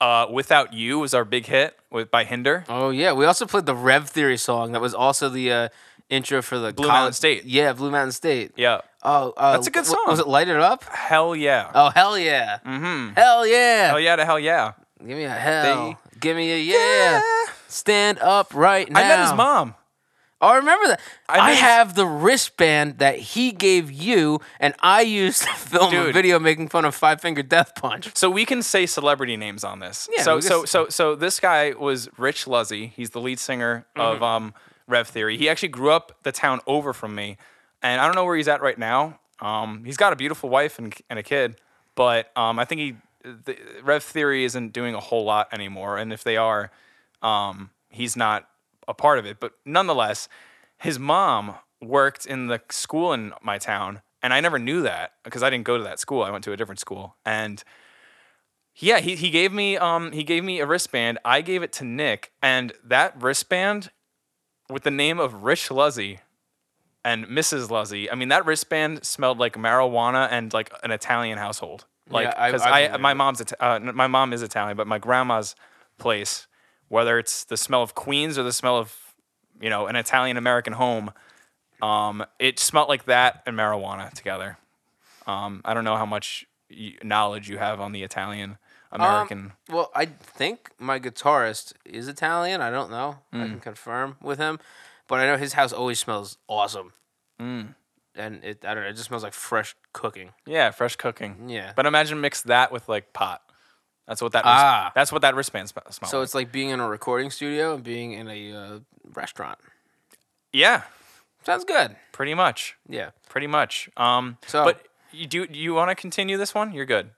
Speaker 4: Uh, "Without You" was our big hit with by Hinder.
Speaker 5: Oh yeah, we also played the Rev Theory song that was also the uh, intro for the
Speaker 4: Blue
Speaker 5: college-
Speaker 4: Mountain State.
Speaker 5: Yeah, Blue Mountain State.
Speaker 4: Yeah,
Speaker 5: Oh, uh,
Speaker 4: That's a good
Speaker 5: wh- Was
Speaker 4: song.
Speaker 5: it Light It Up?
Speaker 4: hell yeah,
Speaker 5: Oh hell yeah! Mm-hmm. Hell yeah!
Speaker 4: hell yeah to hell yeah.
Speaker 5: Give me a hell! Give me a yeah! Stand up right now!
Speaker 4: I met his mom.
Speaker 5: Oh, I remember that.
Speaker 4: I
Speaker 5: I,
Speaker 4: met his-
Speaker 5: have the wristband that he gave you, and I used to film a
Speaker 4: Dude.
Speaker 5: video making fun of Five Finger Death Punch.
Speaker 4: So we can say celebrity names on this.
Speaker 5: Yeah,
Speaker 4: so
Speaker 5: we
Speaker 4: so
Speaker 5: just-
Speaker 4: so so this guy was Rich Luzzy. He's the lead singer of
Speaker 5: Mm-hmm.
Speaker 4: um, Rev Theory. He actually grew up the town over from me, and I don't know where he's at right now. Um, he's got a beautiful wife and, and a kid, but um, I think he the, Rev Theory isn't doing a whole lot anymore, and if they are, um, he's not a part of it. But nonetheless, his mom worked in the school in my town, and I never knew that because I didn't go to that school. I went to a different school, and yeah, he, he gave me um he gave me a wristband. I gave it to Nick, and that wristband with the name of Rich Luzzy and Mrs. Luzzy. I mean, that wristband smelled like marijuana and like an Italian household. Like,
Speaker 5: Yeah, I-
Speaker 4: because
Speaker 5: I
Speaker 4: I,
Speaker 5: believe
Speaker 4: my
Speaker 5: it.
Speaker 4: mom's Ita- uh, n- my mom is Italian, but my grandma's place, whether it's the smell of Queens or the smell of you know an Italian American home, um, it smelled like that and marijuana together. Um, I don't know how much y- knowledge you have on the Italian American.
Speaker 5: Um, well, I think my guitarist is Italian. I don't know.
Speaker 4: Hmm.
Speaker 5: I can confirm with him, but I know his house always smells awesome.
Speaker 4: Hmm.
Speaker 5: And it, I don't know. It just smells like fresh cooking.
Speaker 4: Yeah, fresh cooking.
Speaker 5: Yeah.
Speaker 4: But imagine mix that with like pot. That's what that.
Speaker 5: Ah.
Speaker 4: Wrist, that's what that wristband sm- smells.
Speaker 5: So it's like being in a recording studio and being in a uh, restaurant.
Speaker 4: yeah,
Speaker 5: Sounds good.
Speaker 4: pretty much,
Speaker 5: Yeah.
Speaker 4: pretty much. Um,
Speaker 5: So-
Speaker 4: but you do do you want to continue this one? You're good.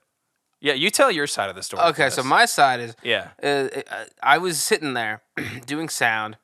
Speaker 4: Yeah, you tell your side of the story.
Speaker 5: Okay.
Speaker 4: first.
Speaker 5: So my side is
Speaker 4: yeah,
Speaker 5: uh, uh, I was sitting there doing sound.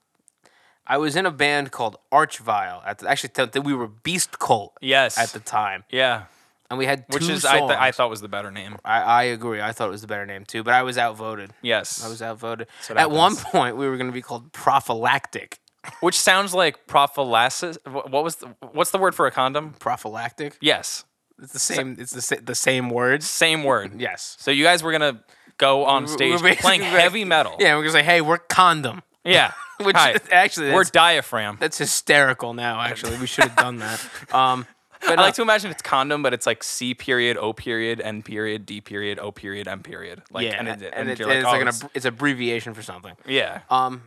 Speaker 5: I was in a band called Archvile. At the, actually, th- th- we were Beast Cult
Speaker 4: yes,
Speaker 5: at the time,
Speaker 4: yeah,
Speaker 5: and we had two
Speaker 4: which is I,
Speaker 5: songs.
Speaker 4: th- I thought was the better name.
Speaker 5: I, I agree. I thought it was the better name too, but I was outvoted.
Speaker 4: Yes,
Speaker 5: I was outvoted.
Speaker 4: what
Speaker 5: At one
Speaker 4: happens.
Speaker 5: point, we were going to be called prophylactic.
Speaker 4: which sounds like prophylaxis. wh- What was the, what's the word for a condom?
Speaker 5: Prophylactic.
Speaker 4: Yes,
Speaker 5: It's the same. It's the sa- the same words.
Speaker 4: same word.
Speaker 5: Yes.
Speaker 4: So you guys were gonna go on
Speaker 5: We're-
Speaker 4: stage
Speaker 5: we're
Speaker 4: playing
Speaker 5: basically-
Speaker 4: heavy metal.
Speaker 5: Yeah, we're going to say, hey, we're condom.
Speaker 4: Yeah.
Speaker 5: Which
Speaker 4: Hi.
Speaker 5: actually,
Speaker 4: we're
Speaker 5: that's,
Speaker 4: diaphragm.
Speaker 5: that's hysterical. Now, actually, we should have done that. Um, but
Speaker 4: I
Speaker 5: no,
Speaker 4: like to imagine it's condom, but it's like C period, O period, N period, D period, O period, M period. Like,
Speaker 5: yeah,
Speaker 4: and,
Speaker 5: and,
Speaker 4: it, and,
Speaker 5: it-
Speaker 4: you're
Speaker 5: and
Speaker 4: like, oh,
Speaker 5: it's
Speaker 4: it's-
Speaker 5: like an ab- it's abbreviation for something.
Speaker 4: yeah,
Speaker 5: Um,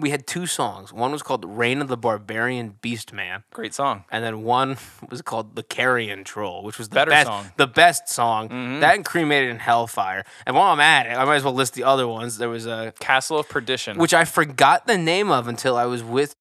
Speaker 5: we had two songs. One was called "Reign of the Barbarian Beast Man."
Speaker 4: great song.
Speaker 5: and then one was called "The Carrion Troll," which was the
Speaker 4: Better
Speaker 5: best,
Speaker 4: song. Mm-hmm.
Speaker 5: the best song. That and "Cremated in Hellfire." And while I'm at it, I might as well list the other ones. There was a
Speaker 4: Castle of Perdition.
Speaker 5: which I forgot the name of until I was with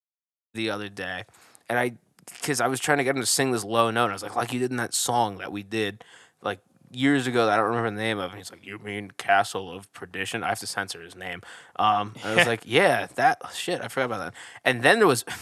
Speaker 5: the other day, and I because I was trying to get him to sing this low note. I was like, like you did in that song that we did like years ago that I don't remember the name of. And he's like, you mean Castle of Perdition? I have to censor his name. Um, I was like, yeah, that shit. I forgot about that. And then there was.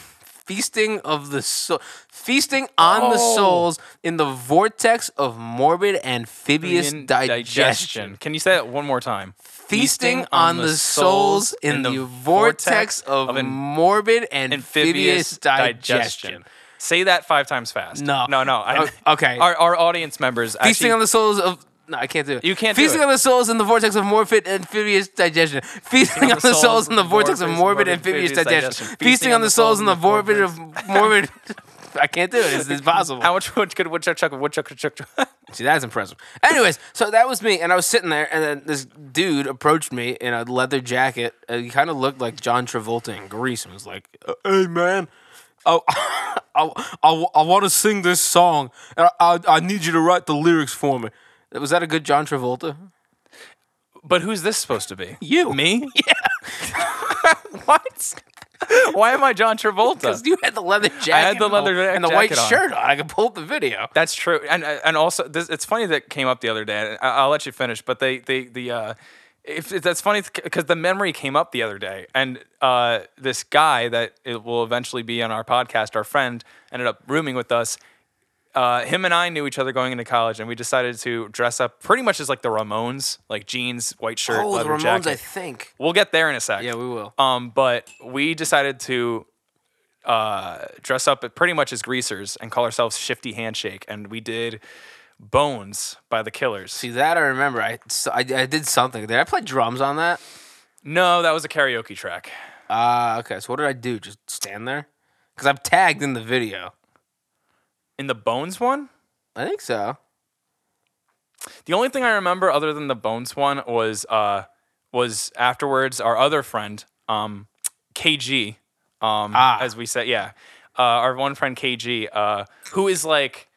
Speaker 5: Feasting of the soul, feasting on the
Speaker 4: Oh.
Speaker 5: souls in the vortex of morbid amphibious
Speaker 4: Indian
Speaker 5: digestion
Speaker 4: Can you say that one more time?
Speaker 5: feasting on the souls in the vortex of
Speaker 4: an
Speaker 5: morbid and amphibious digestion.
Speaker 4: Say that five times fast.
Speaker 5: No.
Speaker 4: no, no. I,
Speaker 5: O- okay.
Speaker 4: Our, our audience members
Speaker 5: Feasting
Speaker 4: actually-
Speaker 5: on the souls of no, I can't do it.
Speaker 4: You can't do
Speaker 5: Feasting
Speaker 4: it.
Speaker 5: on the souls in the vortex of morbid and amphibious digestion. Feasting on the souls in the vortex of morbid and amphibious digestion. Feasting on the souls in the morbid of morbid. I can't do it. It's impossible.
Speaker 4: How much wood could woodchuck chuck woodchuck chuck? chuck-
Speaker 5: See, that's impressive. Anyways, so that was me, and I was sitting there, and then this dude approached me in a leather jacket. And he kind of looked like John Travolta in Grease, and was like, "Uh, "Hey, man, oh, I, I, I want to sing this song, and I, I, I need you to write the lyrics for me." Was that a good John
Speaker 4: Uh,
Speaker 5: Travolta?
Speaker 4: But who's this supposed to be?
Speaker 5: You.
Speaker 4: Me? Yeah. what? Why am I John Travolta?
Speaker 5: Because you had the leather jacket,
Speaker 4: the
Speaker 5: and
Speaker 4: leather
Speaker 5: and the white
Speaker 4: jacket on.
Speaker 5: shirt on. I could pull up the video.
Speaker 4: That's true. And uh, and also, this, it's funny that came up the other day. and I, I'll let you finish, but they they the. Uh, if, if that's funny because the memory came up the other day, and uh, this guy that it will eventually be on our podcast, our friend, ended up rooming with us. Uh, him and I knew each other going into college, and we decided to dress up pretty much as like the Ramones, like jeans, white shirt,
Speaker 5: Oh, the
Speaker 4: leather
Speaker 5: Ramones,
Speaker 4: jacket.
Speaker 5: I think.
Speaker 4: We'll get there in a sec.
Speaker 5: Yeah, we will.
Speaker 4: Um, but we decided to uh, dress up pretty much as greasers and call ourselves Shifty Handshake, and we did Bones by the Killers.
Speaker 5: See that I remember. I, so- I, I did something. Did I play drums on that?
Speaker 4: no, that was a karaoke track.
Speaker 5: Ah, okay. So what did I do? Just stand there? Because I'm tagged in the video.
Speaker 4: In the Bones one,
Speaker 5: I think so.
Speaker 4: the only thing I remember other than the Bones one was uh, was afterwards our other friend um, KG, um,
Speaker 5: Ah.
Speaker 4: as we said, yeah, uh, our one friend KG, uh, who is like.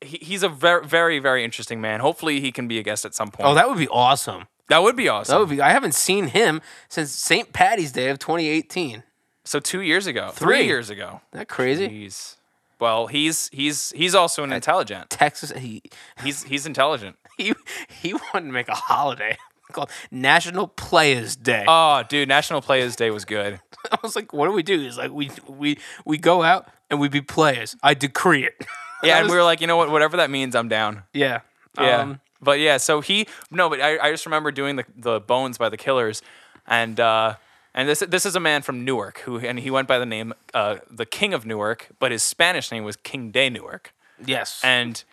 Speaker 4: he- He's a very, very, very interesting man. Hopefully, he can be a guest at some point.
Speaker 5: Oh, that would be awesome.
Speaker 4: That would be awesome.
Speaker 5: That would be. I haven't seen him since St. Patty's Day of 2018. Isn't
Speaker 4: so two years ago, three,
Speaker 5: Three.
Speaker 4: years ago.
Speaker 5: that crazy?
Speaker 4: He's well, he's he's he's also an intelligent.
Speaker 5: Texas. He
Speaker 4: He's he's intelligent.
Speaker 5: he he wanted to make a holiday called National Players Day.
Speaker 4: Oh, dude, National Players Day was good.
Speaker 5: I was like, what do we do? He's like, we we we go out and we be players. I decree it.
Speaker 4: Yeah,
Speaker 5: I
Speaker 4: and
Speaker 5: was-
Speaker 4: we were like, you know what? Whatever that means, I'm down.
Speaker 5: yeah.
Speaker 4: Yeah.
Speaker 5: Um,
Speaker 4: but yeah, so he no, but I, I just remember doing the the Bones by the Killers, and uh, and this this is a man from Newark who and he went by the name uh, the King of Newark, but his Spanish name was King de Newark,
Speaker 5: yes.
Speaker 4: and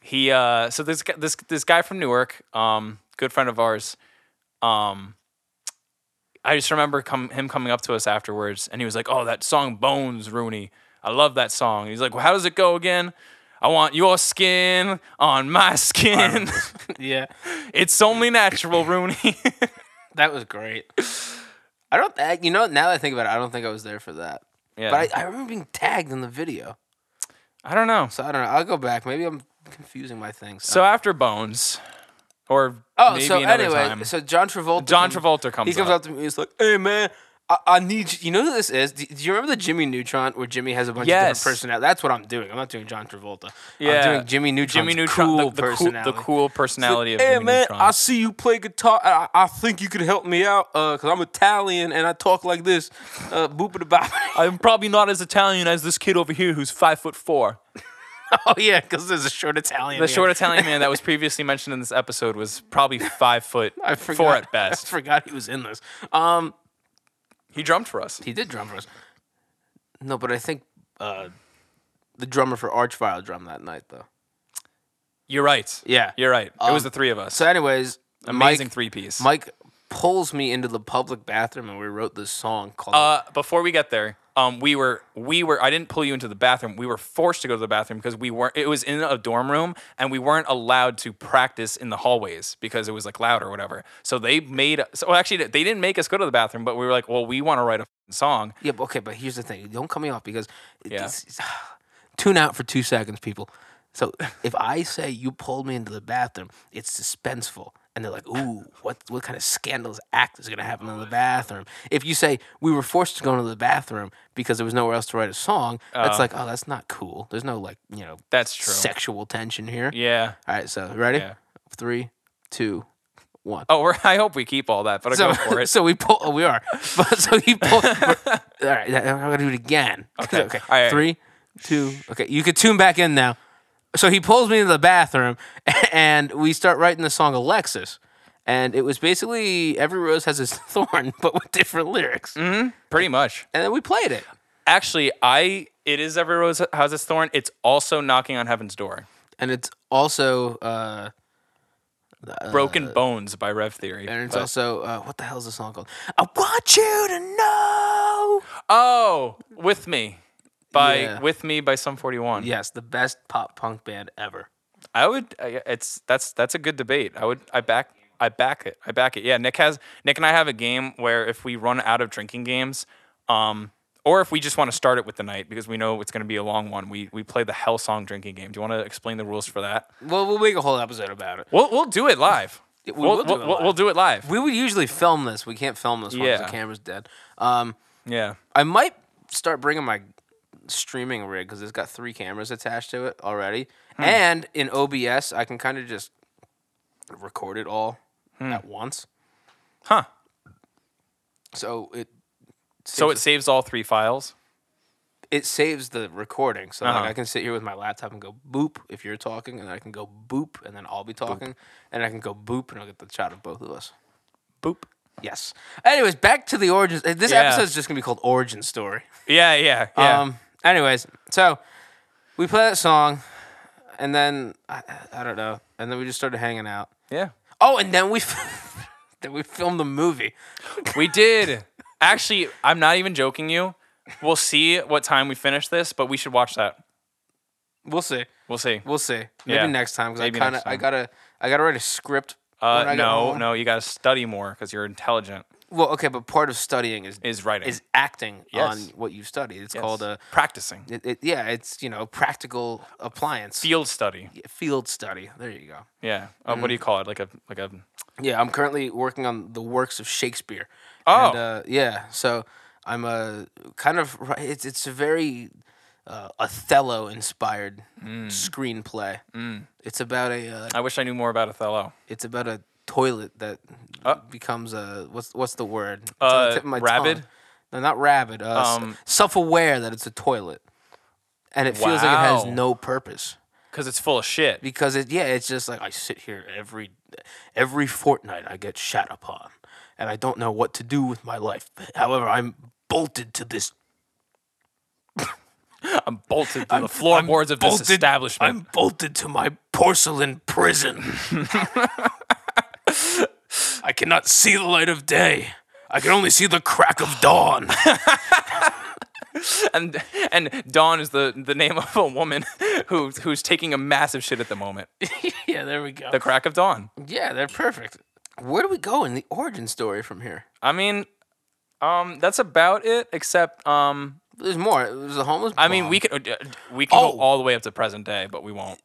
Speaker 4: he uh, so this guy- this this guy from Newark, um, good friend of ours, um. I just remember com- him coming up to us afterwards, and he was like, "Oh, that song Bones, Rooney, I love that song." he's like, "Well, how does it go again? I want your skin on my skin."
Speaker 5: yeah.
Speaker 4: It's only natural, Rooney.
Speaker 5: That was great. I don't. I- You know, now that I think about it, I don't think I was there for that.
Speaker 4: yeah.
Speaker 5: But I, I remember being tagged in the video.
Speaker 4: I, don't know.
Speaker 5: So I don't know. I'll go back. Maybe I'm confusing my things.
Speaker 4: So after Bones, or
Speaker 5: oh,
Speaker 4: maybe
Speaker 5: so
Speaker 4: another
Speaker 5: anyway,
Speaker 4: time,
Speaker 5: so John Travolta.
Speaker 4: John
Speaker 5: comes-
Speaker 4: Travolta comes.
Speaker 5: He comes
Speaker 4: up.
Speaker 5: up to me. He's like, "Hey, man." I, I need you. You know who this is? Do, do you remember the Jimmy Neutron where Jimmy has a bunch of
Speaker 4: Yes.
Speaker 5: different personalities? That's what I'm doing. I'm not doing John Travolta.
Speaker 4: Yeah.
Speaker 5: I'm doing Jimmy Neutron's
Speaker 4: Jimmy Neutron,
Speaker 5: cool
Speaker 4: the, the, cool,
Speaker 5: personality.
Speaker 4: the cool personality of
Speaker 5: hey
Speaker 4: Jimmy
Speaker 5: man,
Speaker 4: Neutron.
Speaker 5: I see you play guitar. I, I think you could help me out because I'm Italian and I talk like this. Uh, boop a bop.
Speaker 4: I'm probably not as Italian as this kid over here who's five foot four.
Speaker 5: oh yeah, because there's a short Italian.
Speaker 4: The
Speaker 5: here.
Speaker 4: short Italian man that was previously mentioned in this episode was probably five foot
Speaker 5: I
Speaker 4: four
Speaker 5: forgot-
Speaker 4: at best.
Speaker 5: I forgot he was in this. Um,
Speaker 4: He drummed for us.
Speaker 5: he did drum for us. No, but I think uh, the drummer for Archvile drummed that night though.
Speaker 4: You're right.
Speaker 5: Yeah.
Speaker 4: You're right. it
Speaker 5: Um,
Speaker 4: was the three of us.
Speaker 5: So, anyways,
Speaker 4: Amazing
Speaker 5: Mike,
Speaker 4: three piece.
Speaker 5: Mike pulls me into the public bathroom and we wrote this song called.
Speaker 4: Uh, before we get there, um, we were we were I didn't pull you into the bathroom. We were forced to go to the bathroom because we weren't. It was in a dorm room, and we weren't allowed to practice in the hallways because it was like loud or whatever. So they made. So well, actually, they didn't make us go to the bathroom, but we were like, well, we want to write a f***ing song.
Speaker 5: Yeah, but okay, but here's the thing. Don't cut me off because it-
Speaker 4: Yeah.
Speaker 5: it's- it's- tune out for two seconds, people. So if I say you pulled me into the bathroom, it's suspenseful. And they're like, ooh, what, what kind of scandalous act is going to happen in the bathroom? If you say, we were forced to go into the bathroom because there was nowhere else to write a song, that's like, oh, that's not cool. There's no, like, you know,
Speaker 4: That's Uh. true.
Speaker 5: sexual tension here.
Speaker 4: Yeah.
Speaker 5: All right, so ready?
Speaker 4: Yeah.
Speaker 5: Three, two, one.
Speaker 4: Oh, we're, I hope we keep all that, but I
Speaker 5: So,
Speaker 4: go for it.
Speaker 5: so we pull. Oh, we are. But so he pulled. all right, I'm gonna do it again.
Speaker 4: Okay.
Speaker 5: okay.
Speaker 4: All right.
Speaker 5: Three, two. Okay, you could tune back in now. So he pulls me into the bathroom, and we start writing the song Alexis, and it was basically every rose has its thorn, but with different lyrics.
Speaker 4: Mm.
Speaker 5: And
Speaker 4: Pretty much.
Speaker 5: then we played it.
Speaker 4: Actually, I it is every rose has its thorn. It's also knocking on heaven's door.
Speaker 5: And it's also, uh,
Speaker 4: Broken Bones by Rev Theory.
Speaker 5: and it's
Speaker 4: but-
Speaker 5: also, uh, what the hell is the song called? I want you to know.
Speaker 4: Oh, with me by
Speaker 5: Yeah.
Speaker 4: with me by Sum 41.
Speaker 5: Yes, the best pop punk band ever.
Speaker 4: I would. I- It's that's that's a good debate. I would. I back. I back it. I back it. Yeah. Nick has. Nick and I have a game where if we run out of drinking games, um, or if we just want to start it with the night because we know it's going to be a long one, we we play the hell song drinking game. Do you want to explain the rules for that?
Speaker 5: Well, we'll make a whole episode about it.
Speaker 4: We'll we'll do it live.
Speaker 5: Yeah, we
Speaker 4: we'll,
Speaker 5: will do
Speaker 4: we'll,
Speaker 5: it
Speaker 4: we'll-
Speaker 5: live.
Speaker 4: we'll do it live.
Speaker 5: We would usually film this. We can't film this one 'cause
Speaker 4: Yeah.
Speaker 5: the camera's dead. Um,
Speaker 4: yeah.
Speaker 5: I might start bringing my streaming rig because it's got three cameras attached to it already,
Speaker 4: Hmm.
Speaker 5: and in OBS I can kind of just record it all
Speaker 4: Hmm.
Speaker 5: at once.
Speaker 4: Huh.
Speaker 5: So it
Speaker 4: So it
Speaker 5: saves
Speaker 4: saves all three files.
Speaker 5: the- it saves the recording. So
Speaker 4: Uh-huh.
Speaker 5: like I can sit here with my laptop and go boop if you're talking, and I can go boop and then I'll be talking, and I can go boop and I'll get the shot of both of us.
Speaker 4: Boop.
Speaker 5: Yes. Anyways, back to the origins. uh, This
Speaker 4: Yeah.
Speaker 5: episode's just gonna be called Origin Story.
Speaker 4: Yeah. Yeah. Yeah.
Speaker 5: Um. Anyways, so we play that song, and then I, I don't know, and then we just started hanging out.
Speaker 4: yeah.
Speaker 5: Oh, and then we f- then we filmed the movie.
Speaker 4: We did. Actually, I'm not even joking you. We'll see what time we finish this, but we should watch that.
Speaker 5: We'll see.
Speaker 4: We'll see.
Speaker 5: We'll see. Maybe
Speaker 4: Yeah.
Speaker 5: next time because I
Speaker 4: Maybe
Speaker 5: kind of
Speaker 4: next
Speaker 5: I
Speaker 4: time.
Speaker 5: gotta I gotta write a script. when
Speaker 4: Uh,
Speaker 5: I get
Speaker 4: no,
Speaker 5: home.
Speaker 4: no, you got to study more because you're intelligent.
Speaker 5: Well, okay, but part of studying is
Speaker 4: Is writing.
Speaker 5: is acting
Speaker 4: Yes.
Speaker 5: on what you've studied. It's
Speaker 4: Yes.
Speaker 5: called a.
Speaker 4: practicing
Speaker 5: It, it, yeah, it's you know practical appliance
Speaker 4: field study.
Speaker 5: field study. There you go.
Speaker 4: Yeah. Uh,
Speaker 5: Mm.
Speaker 4: What do you call it? Like a like a.
Speaker 5: Yeah, I'm currently working on the works of Shakespeare.
Speaker 4: Oh.
Speaker 5: uh, and, uh, yeah. So I'm a kind of ri- it's it's a very uh, Othello inspired
Speaker 4: Mm.
Speaker 5: screenplay. It's about a uh,
Speaker 4: I wish I knew more about Othello.
Speaker 5: it's about a toilet that
Speaker 4: Uh.
Speaker 5: becomes a what's what's the word? It's on
Speaker 4: Uh,
Speaker 5: the tip of my
Speaker 4: rabid?
Speaker 5: tongue. No, not rabid. Uh, s-
Speaker 4: Um,
Speaker 5: self-aware that it's a toilet, and it feels like it has
Speaker 4: Wow.
Speaker 5: no purpose
Speaker 4: Because it's full of shit.
Speaker 5: because it yeah it's just like I sit here every every fortnight I get shat upon, and I don't know what to do with my life. However, I'm bolted to this
Speaker 4: I'm bolted to the floorboards of this
Speaker 5: bolted-
Speaker 4: establishment.
Speaker 5: I'm bolted to my porcelain prison. I cannot see the light of day. I can only see the crack of dawn.
Speaker 4: and and Dawn is the, the name of a woman who who's taking a massive shit at the moment.
Speaker 5: yeah, there we go.
Speaker 4: The crack of dawn.
Speaker 5: yeah, they're perfect. Where do we go in the origin story from here?
Speaker 4: I mean, um, that's about it. Except, um,
Speaker 5: There's more. It was a homeless.
Speaker 4: I mean,
Speaker 5: bomb.
Speaker 4: we could uh, we can
Speaker 5: Oh.
Speaker 4: go all the way up to present day, but we won't.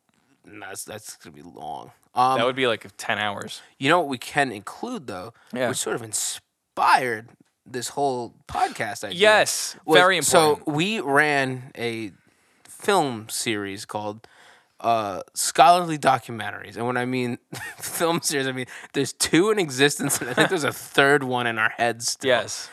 Speaker 5: Nah, that's that's gonna be long. Um,
Speaker 4: That would be like ten hours.
Speaker 5: you know what we can include though,
Speaker 4: Yeah.
Speaker 5: which sort of inspired this whole podcast idea.
Speaker 4: Yes,
Speaker 5: was-
Speaker 4: very important.
Speaker 5: So we ran a film series called uh, scholarly documentaries, and when I mean film series, I mean there's two in existence, and I think there's a third one in our heads. Still.
Speaker 4: yes.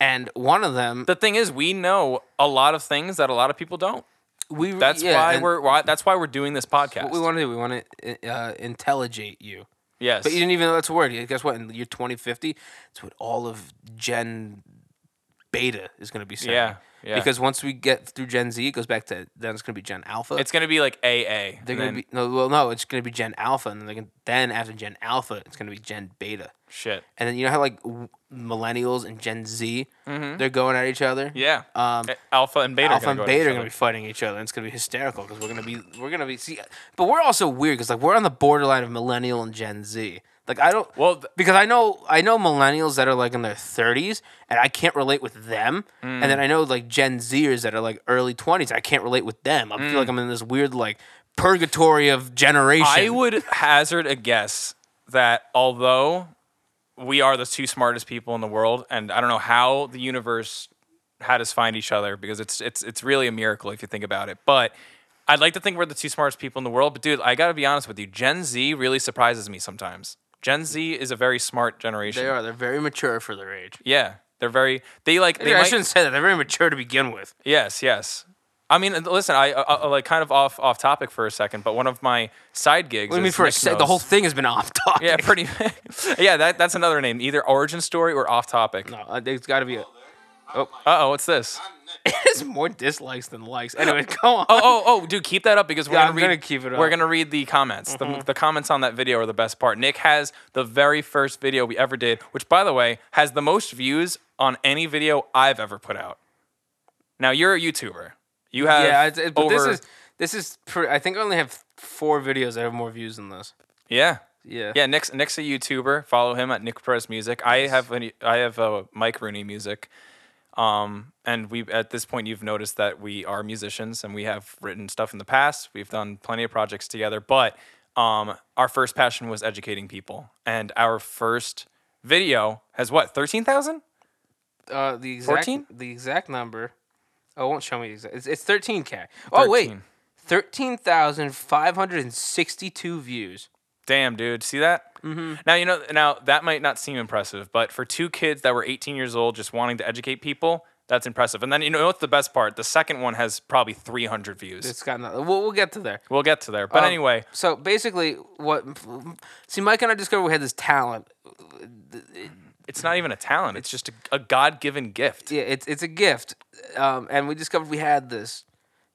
Speaker 5: and one of them
Speaker 4: The thing is, we know a lot of things that a lot of people don't.
Speaker 5: we
Speaker 4: That's
Speaker 5: yeah,
Speaker 4: why
Speaker 5: and
Speaker 4: we're why, that's why we're doing this podcast.
Speaker 5: what we want to do. We want to uh, intelligate you.
Speaker 4: yes.
Speaker 5: But you didn't even know that's a word. Yeah, Guess what? In the year 2050, that's what all of Gen Beta is going to be saying.
Speaker 4: Yeah, yeah.
Speaker 5: Because once we get through Gen Z, it goes back to then it's going to be Gen Alpha.
Speaker 4: it's gonna be like AA.
Speaker 5: they're
Speaker 4: and
Speaker 5: going
Speaker 4: then,
Speaker 5: to be no, well, no, it's going to be Gen Alpha, and then they're gonna, then after Gen Alpha, it's going to be Gen Beta.
Speaker 4: shit.
Speaker 5: And then you know how like w- millennials and Gen Z, they're going at each other.
Speaker 4: Mm-hmm. Yeah.
Speaker 5: Um,
Speaker 4: A- Alpha and Beta. are
Speaker 5: Alpha
Speaker 4: gonna
Speaker 5: and
Speaker 4: go at each
Speaker 5: Beta are
Speaker 4: other.
Speaker 5: gonna be fighting each other. And it's gonna be hysterical because we're gonna be we're gonna be see, but we're also weird because like we're on the borderline of millennial and Gen Z. Like I don't
Speaker 4: Well, th-
Speaker 5: because I know I know millennials that are like in their thirties and I can't relate with them, and
Speaker 4: Mm.
Speaker 5: then I know like Gen Zers that are like early twenties. I can't relate with them. I
Speaker 4: Mm.
Speaker 5: feel like I'm in this weird like purgatory of generation.
Speaker 4: I would hazard a guess that although we are the two smartest people in the world, and I don't know how the universe had us find each other because it's it's it's really a miracle if you think about it. But I'd like to think we're the two smartest people in the world. But dude, I gotta be honest with you, Gen Z really surprises me sometimes. Gen Z is a very smart generation.
Speaker 5: They are. They're very mature for their age.
Speaker 4: Yeah, they're very. They like. They
Speaker 5: I
Speaker 4: might-
Speaker 5: shouldn't say that. They're very mature to begin with.
Speaker 4: Yes, yes. I mean, listen. I, I, I like kind of off off topic for a second, but one of my side gigs.
Speaker 5: I mean,
Speaker 4: is
Speaker 5: for a
Speaker 4: Nick
Speaker 5: sec, the
Speaker 4: Knows.
Speaker 5: whole thing has been off topic.
Speaker 4: Yeah, pretty. yeah, that, that's another name. Either origin story or off topic.
Speaker 5: No, uh, there's got to be a.
Speaker 4: Uh oh, what's this?
Speaker 5: It's more dislikes than likes. Anyway, go on.
Speaker 4: Oh, oh, oh, dude, keep that up because we're
Speaker 5: Yeah,
Speaker 4: gonna
Speaker 5: I'm
Speaker 4: read.
Speaker 5: gonna keep it up. Mm-hmm.
Speaker 4: We're gonna read the comments. The, the comments on that video are the best part. Nick has the very first video we ever did, which, by the way, has the most views on any video I've ever put out. Now you're a YouTuber. You have
Speaker 5: yeah, it's, it, but
Speaker 4: over.
Speaker 5: this is this is. Pre- I think I only have four videos that have more views than this.
Speaker 4: yeah.
Speaker 5: Yeah.
Speaker 4: Yeah, Nick's Nick's a YouTuber. Follow him at Nick Perez Music. I have an, I have uh, Mike Rooney Music. Um, and we at this point you've noticed that we are musicians and we have written stuff in the past. We've done plenty of projects together, but um, our first passion was educating people, and our first video has what thirteen thousand?
Speaker 5: Uh, the exact
Speaker 4: 14?
Speaker 5: the exact number. Oh, it won't show me the exact. It's, it's 13k. Oh wait,
Speaker 4: 13.
Speaker 5: 13,562 views.
Speaker 4: Damn, dude, see that? Mm-hmm. Now you know. Now that might not seem impressive, but for two kids that were 18 years old, just wanting to educate people, that's impressive. And then you know what's the best part? The second one has probably 300 views.
Speaker 5: It's got nothing. We'll, we'll get to there.
Speaker 4: we'll get to there. But
Speaker 5: Um,
Speaker 4: anyway,
Speaker 5: so basically, what? See, Mike and I discovered we had this talent.
Speaker 4: it's not even a talent. It's just a, a God-given gift.
Speaker 5: Yeah, it's it's a gift, um, and we discovered we had this,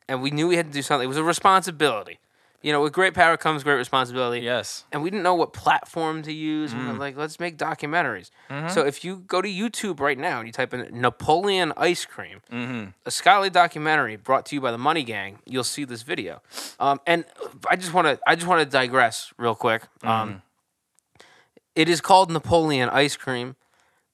Speaker 5: and we knew we had to do something. It was a responsibility. You know, with great power comes great responsibility.
Speaker 4: Yes.
Speaker 5: and we didn't know what platform to use. We were
Speaker 4: Mm.
Speaker 5: like, let's make documentaries.
Speaker 4: Mm-hmm.
Speaker 5: So if you go to YouTube right now and you type in Napoleon ice cream,
Speaker 4: Mm-hmm.
Speaker 5: a scholarly documentary brought to you by the Money Gang, you'll see this video. Um, and I just want to I just want to digress real quick.
Speaker 4: Mm-hmm.
Speaker 5: Um, it is called Napoleon ice cream.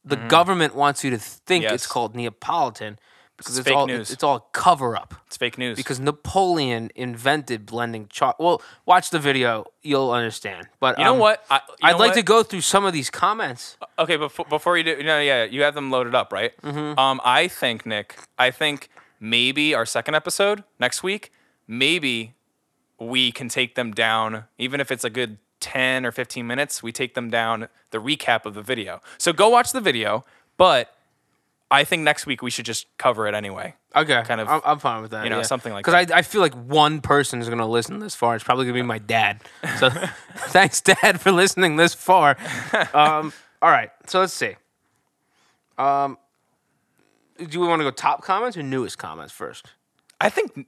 Speaker 5: The government wants you to think it's
Speaker 4: Mm-hmm. Yes.
Speaker 5: called Neapolitan because it's,
Speaker 4: fake
Speaker 5: all
Speaker 4: news.
Speaker 5: it's all a cover up
Speaker 4: It's fake news.
Speaker 5: because Napoleon invented blending chalk. Well, watch the video; you'll understand. But
Speaker 4: you know
Speaker 5: um,
Speaker 4: what? I, you
Speaker 5: I'd
Speaker 4: know
Speaker 5: like
Speaker 4: what? Uh,
Speaker 5: to go through some of these comments.
Speaker 4: Okay, before before you do, no, yeah, you have them loaded up, right? Um, I think Nick, I think maybe our second episode next week, maybe we can take them down, even if it's a good 10 or 15 minutes, we take them down the recap of the video. So go watch the video, but I think next week we should just cover it anyway.
Speaker 5: Okay,
Speaker 4: Kind of-
Speaker 5: I'm, I'm fine with that.
Speaker 4: you know, something like
Speaker 5: Because I, I feel like one person is gonna listen this far. It's probably gonna be my dad. So thanks, Dad, for listening this far. Um, all right, so let's see. Um, do we want to go top comments or newest comments first?
Speaker 4: I think n-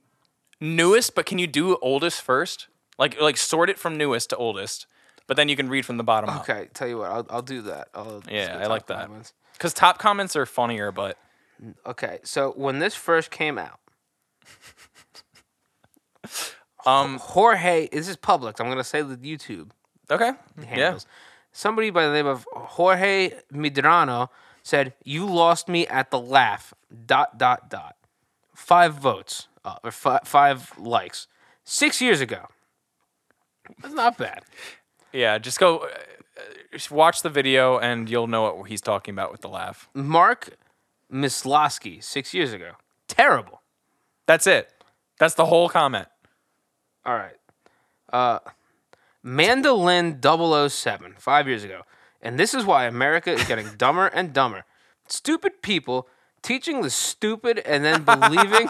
Speaker 4: newest, but can you do oldest first? Like like sort it from newest to oldest, but then you can read from the bottom up.
Speaker 5: Okay, tell you what, I'll, I'll do that. I'll just
Speaker 4: Yeah,
Speaker 5: go
Speaker 4: I
Speaker 5: top
Speaker 4: like that.
Speaker 5: comments.
Speaker 4: Because top comments are funnier, but
Speaker 5: Okay, so when this first came out,
Speaker 4: um
Speaker 5: Jorge, this is public. I'm gonna say the YouTube.
Speaker 4: okay.
Speaker 5: handles. Somebody by the name of Jorge Medrano said, "You lost me at the laugh." Dot dot dot. Five votes uh, or fi- five likes. Six years ago. That's not bad.
Speaker 4: Yeah. Yeah, just go uh, uh, just watch the video and you'll know what he's talking about with the laugh.
Speaker 5: Mark Mislosky, six years ago. Terrible.
Speaker 4: That's it. That's the whole comment.
Speaker 5: All right. Uh, Mandolin 007, five years ago. And this is why America is getting dumber and dumber. Stupid people teaching the stupid and then believing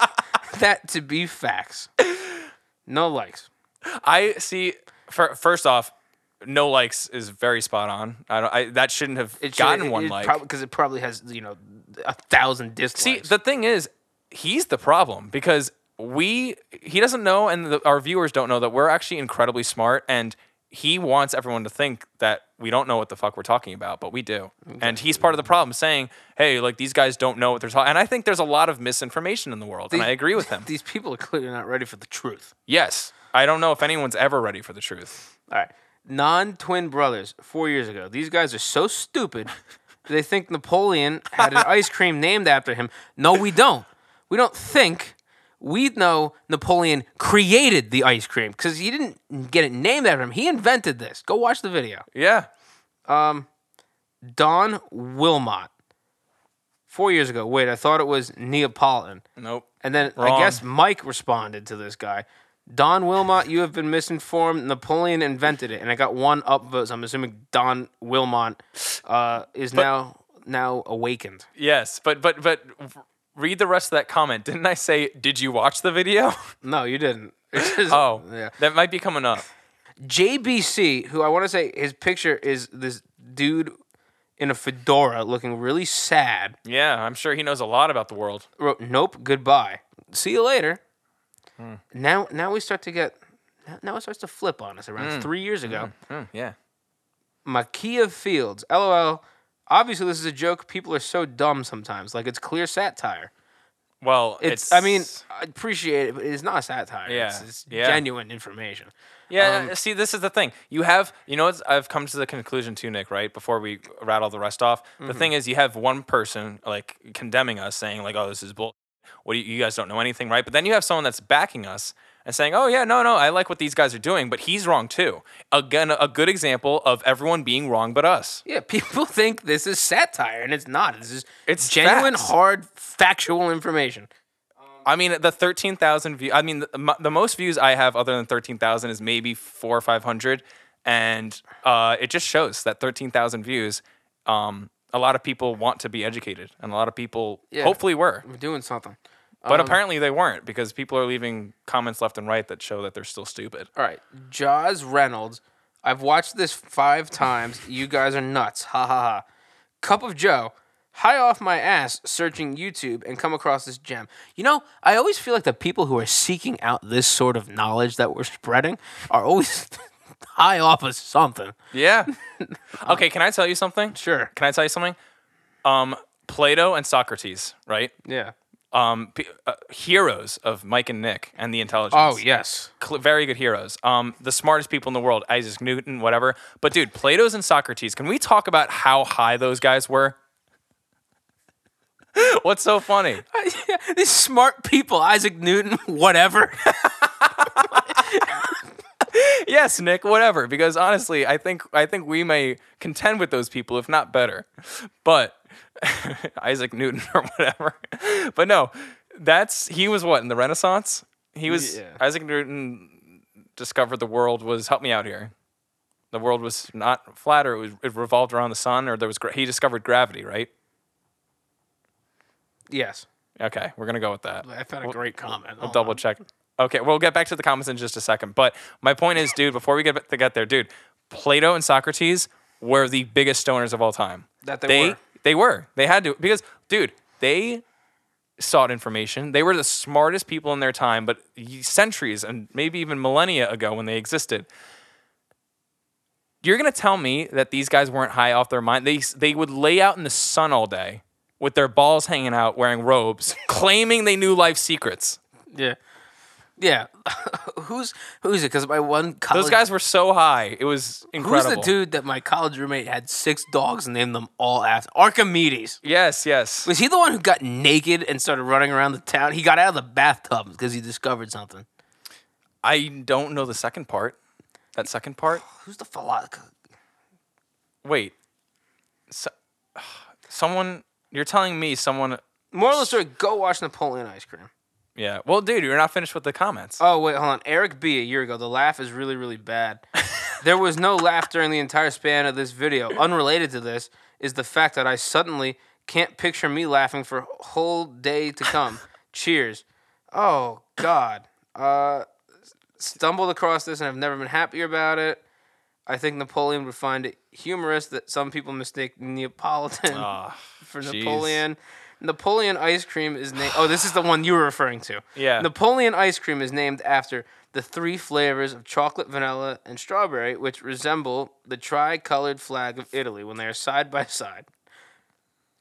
Speaker 5: that to be facts. No likes.
Speaker 4: I see. fir- first off, no likes is very spot on. I don't. I, that shouldn't have gotten one like.
Speaker 5: Because it probably has, you know, a thousand dislikes.
Speaker 4: see, the thing is, he's the problem because we he doesn't know, and the, our viewers don't know that we're actually incredibly smart, and he wants everyone to think that we don't know what the fuck we're talking about, but we do. And he's part of the problem, saying, "Hey, like these guys don't know what they're talking." And I think there's a lot of misinformation in the world, and I agree with him.
Speaker 5: These people are clearly not ready for the truth.
Speaker 4: yes, I don't know if anyone's ever ready for the truth.
Speaker 5: All right. Non twin brothers, four years ago. These guys are so stupid. They think Napoleon had an ice cream named after him. No, we don't. We don't think. We know Napoleon created the ice cream because he didn't get it named after him. He invented this. Go watch the video.
Speaker 4: Yeah,
Speaker 5: Don Wilmot, four years ago. Wait, I thought it was Neapolitan.
Speaker 4: nope.
Speaker 5: And then I
Speaker 4: Wrong.
Speaker 5: guess Mike responded to this guy. Don Wilmot, you have been misinformed. Napoleon invented it, and I got one upvote. So I'm assuming Don Wilmot uh, is now now awakened.
Speaker 4: Yes, but but but read the rest of that comment. Didn't I say? Did you watch the video?
Speaker 5: No, you didn't. It's just-
Speaker 4: oh,
Speaker 5: yeah.
Speaker 4: that might be coming up.
Speaker 5: JBC, who I want to say his picture is this dude in a fedora, looking really sad.
Speaker 4: Yeah, I'm sure he knows a lot about the world.
Speaker 5: Wrote, "Nope, goodbye. See you later."
Speaker 4: Hmm.
Speaker 5: Now, now we start to get. now- Now it starts to flip on us.
Speaker 4: Hmm.
Speaker 5: Around three years ago.
Speaker 4: Yeah,
Speaker 5: Makia Fields. LOL. Obviously, this is a joke. People are so dumb sometimes. Like it's clear satire.
Speaker 4: well,
Speaker 5: It's. I mean, I appreciate it, but it's not satire.
Speaker 4: Yeah,
Speaker 5: It's, it's
Speaker 4: yeah.
Speaker 5: genuine information.
Speaker 4: yeah. uh, see, this is the thing. You have, you know, it's, I've come to the conclusion too, Nick. Right before we rattle the rest off, the thing is, you have one person like condemning us, saying like, "Oh, this is bull. What do you, you guys don't know anything, right?" But then you have someone that's backing us and saying, "Oh yeah, no, no, I like what these guys are doing, but he's wrong too." Again, a good example of everyone being wrong but us.
Speaker 5: Yeah, people think this is satire, and it's not. This is
Speaker 4: It's
Speaker 5: genuine,
Speaker 4: facts.
Speaker 5: hard, factual information.
Speaker 4: I mean, the thirteen thousand view. I mean, the, m- the most views I have other than thirteen thousand is maybe four or five hundred, and uh, it just shows that thirteen thousand views. Um, a lot of people want to be educated, and a lot of people
Speaker 5: Yeah. Um,
Speaker 4: hopefully were,
Speaker 5: We're doing something.
Speaker 4: but apparently they weren't because people are leaving comments left and right that show that they're still stupid.
Speaker 5: All right, Jaws Reynolds. I've watched this five times. You guys are nuts. Ha ha ha. Cup of Joe. High off my ass searching YouTube and come across this gem. You know, I always feel like the people who are seeking out this sort of knowledge that we're spreading are always high off of something.
Speaker 4: Yeah. okay, can I tell you something?
Speaker 5: Sure.
Speaker 4: Can I tell you something? Um, Plato and Socrates, right?
Speaker 5: Yeah.
Speaker 4: Um, pe- uh, heroes of Mike and Nick and the intelligence.
Speaker 5: Oh, yes.
Speaker 4: cl- very good heroes. Um, the smartest people in the world, Isaac Newton, whatever. But dude, Plato's and Socrates. Can we talk about how high those guys were? What's so funny?
Speaker 5: These smart people, Isaac Newton, whatever.
Speaker 4: yes, Nick, whatever. Because honestly, I think I think we may contend with those people, if not better. But Isaac Newton or whatever. But no, that's he was what in the Renaissance. He was
Speaker 5: Yeah.
Speaker 4: Isaac Newton discovered the world was help me out here. The world was not flat, or it, was, it revolved around the sun, or there was gra- he discovered gravity, right?
Speaker 5: Yes.
Speaker 4: Okay, we're gonna go with that.
Speaker 5: I found a
Speaker 4: We'll-
Speaker 5: great comment.
Speaker 4: We'll
Speaker 5: Hold
Speaker 4: double
Speaker 5: on.
Speaker 4: check. Okay, we'll get back to the comments in just a second. But my point is, dude, before we get to get there, dude, Plato and Socrates were the biggest stoners of all time.
Speaker 5: That they
Speaker 4: they
Speaker 5: were.
Speaker 4: They were. They had to because, dude, they sought information. They were the smartest people in their time, but ye- centuries and maybe even millennia ago when they existed. You're gonna tell me that these guys weren't high off their mind? They s- they would lay out in the sun all day with their balls hanging out, wearing robes, claiming they knew life secrets.
Speaker 5: Yeah. Yeah. who's who's it? Because my one college,
Speaker 4: Those guys were so high. It was
Speaker 5: Who's
Speaker 4: incredible.
Speaker 5: the dude that my college roommate had six dogs and named them all after Archimedes?
Speaker 4: Yes, yes.
Speaker 5: Was he the one who got naked and started running around the town? He got out of the bathtub because he discovered something.
Speaker 4: I don't know the second part. That second part?
Speaker 5: Who's the philosopher?
Speaker 4: Wait. So, someone you're telling me someone
Speaker 5: Moral of the story: Go watch Napoleon Ice Cream.
Speaker 4: Yeah. Well, dude, you're not finished with the comments.
Speaker 5: Oh wait, hold on. Eric B. A year ago, the laugh is really, really bad. there was no laugh during the entire span of this video. Unrelated to this is the fact that I suddenly can't picture me laughing for a whole day to come. Cheers. Oh God. Uh, stumbled across this and I've never been happier about it. I think Napoleon would find it humorous that some people mistake Neapolitan for
Speaker 4: jeez.
Speaker 5: Napoleon. Napoleon ice cream is named. Oh, this is the one you were referring to.
Speaker 4: Yeah.
Speaker 5: Napoleon ice cream is named after the three flavors of chocolate, vanilla, and strawberry, which resemble the tri-colored flag of Italy when they are side by side.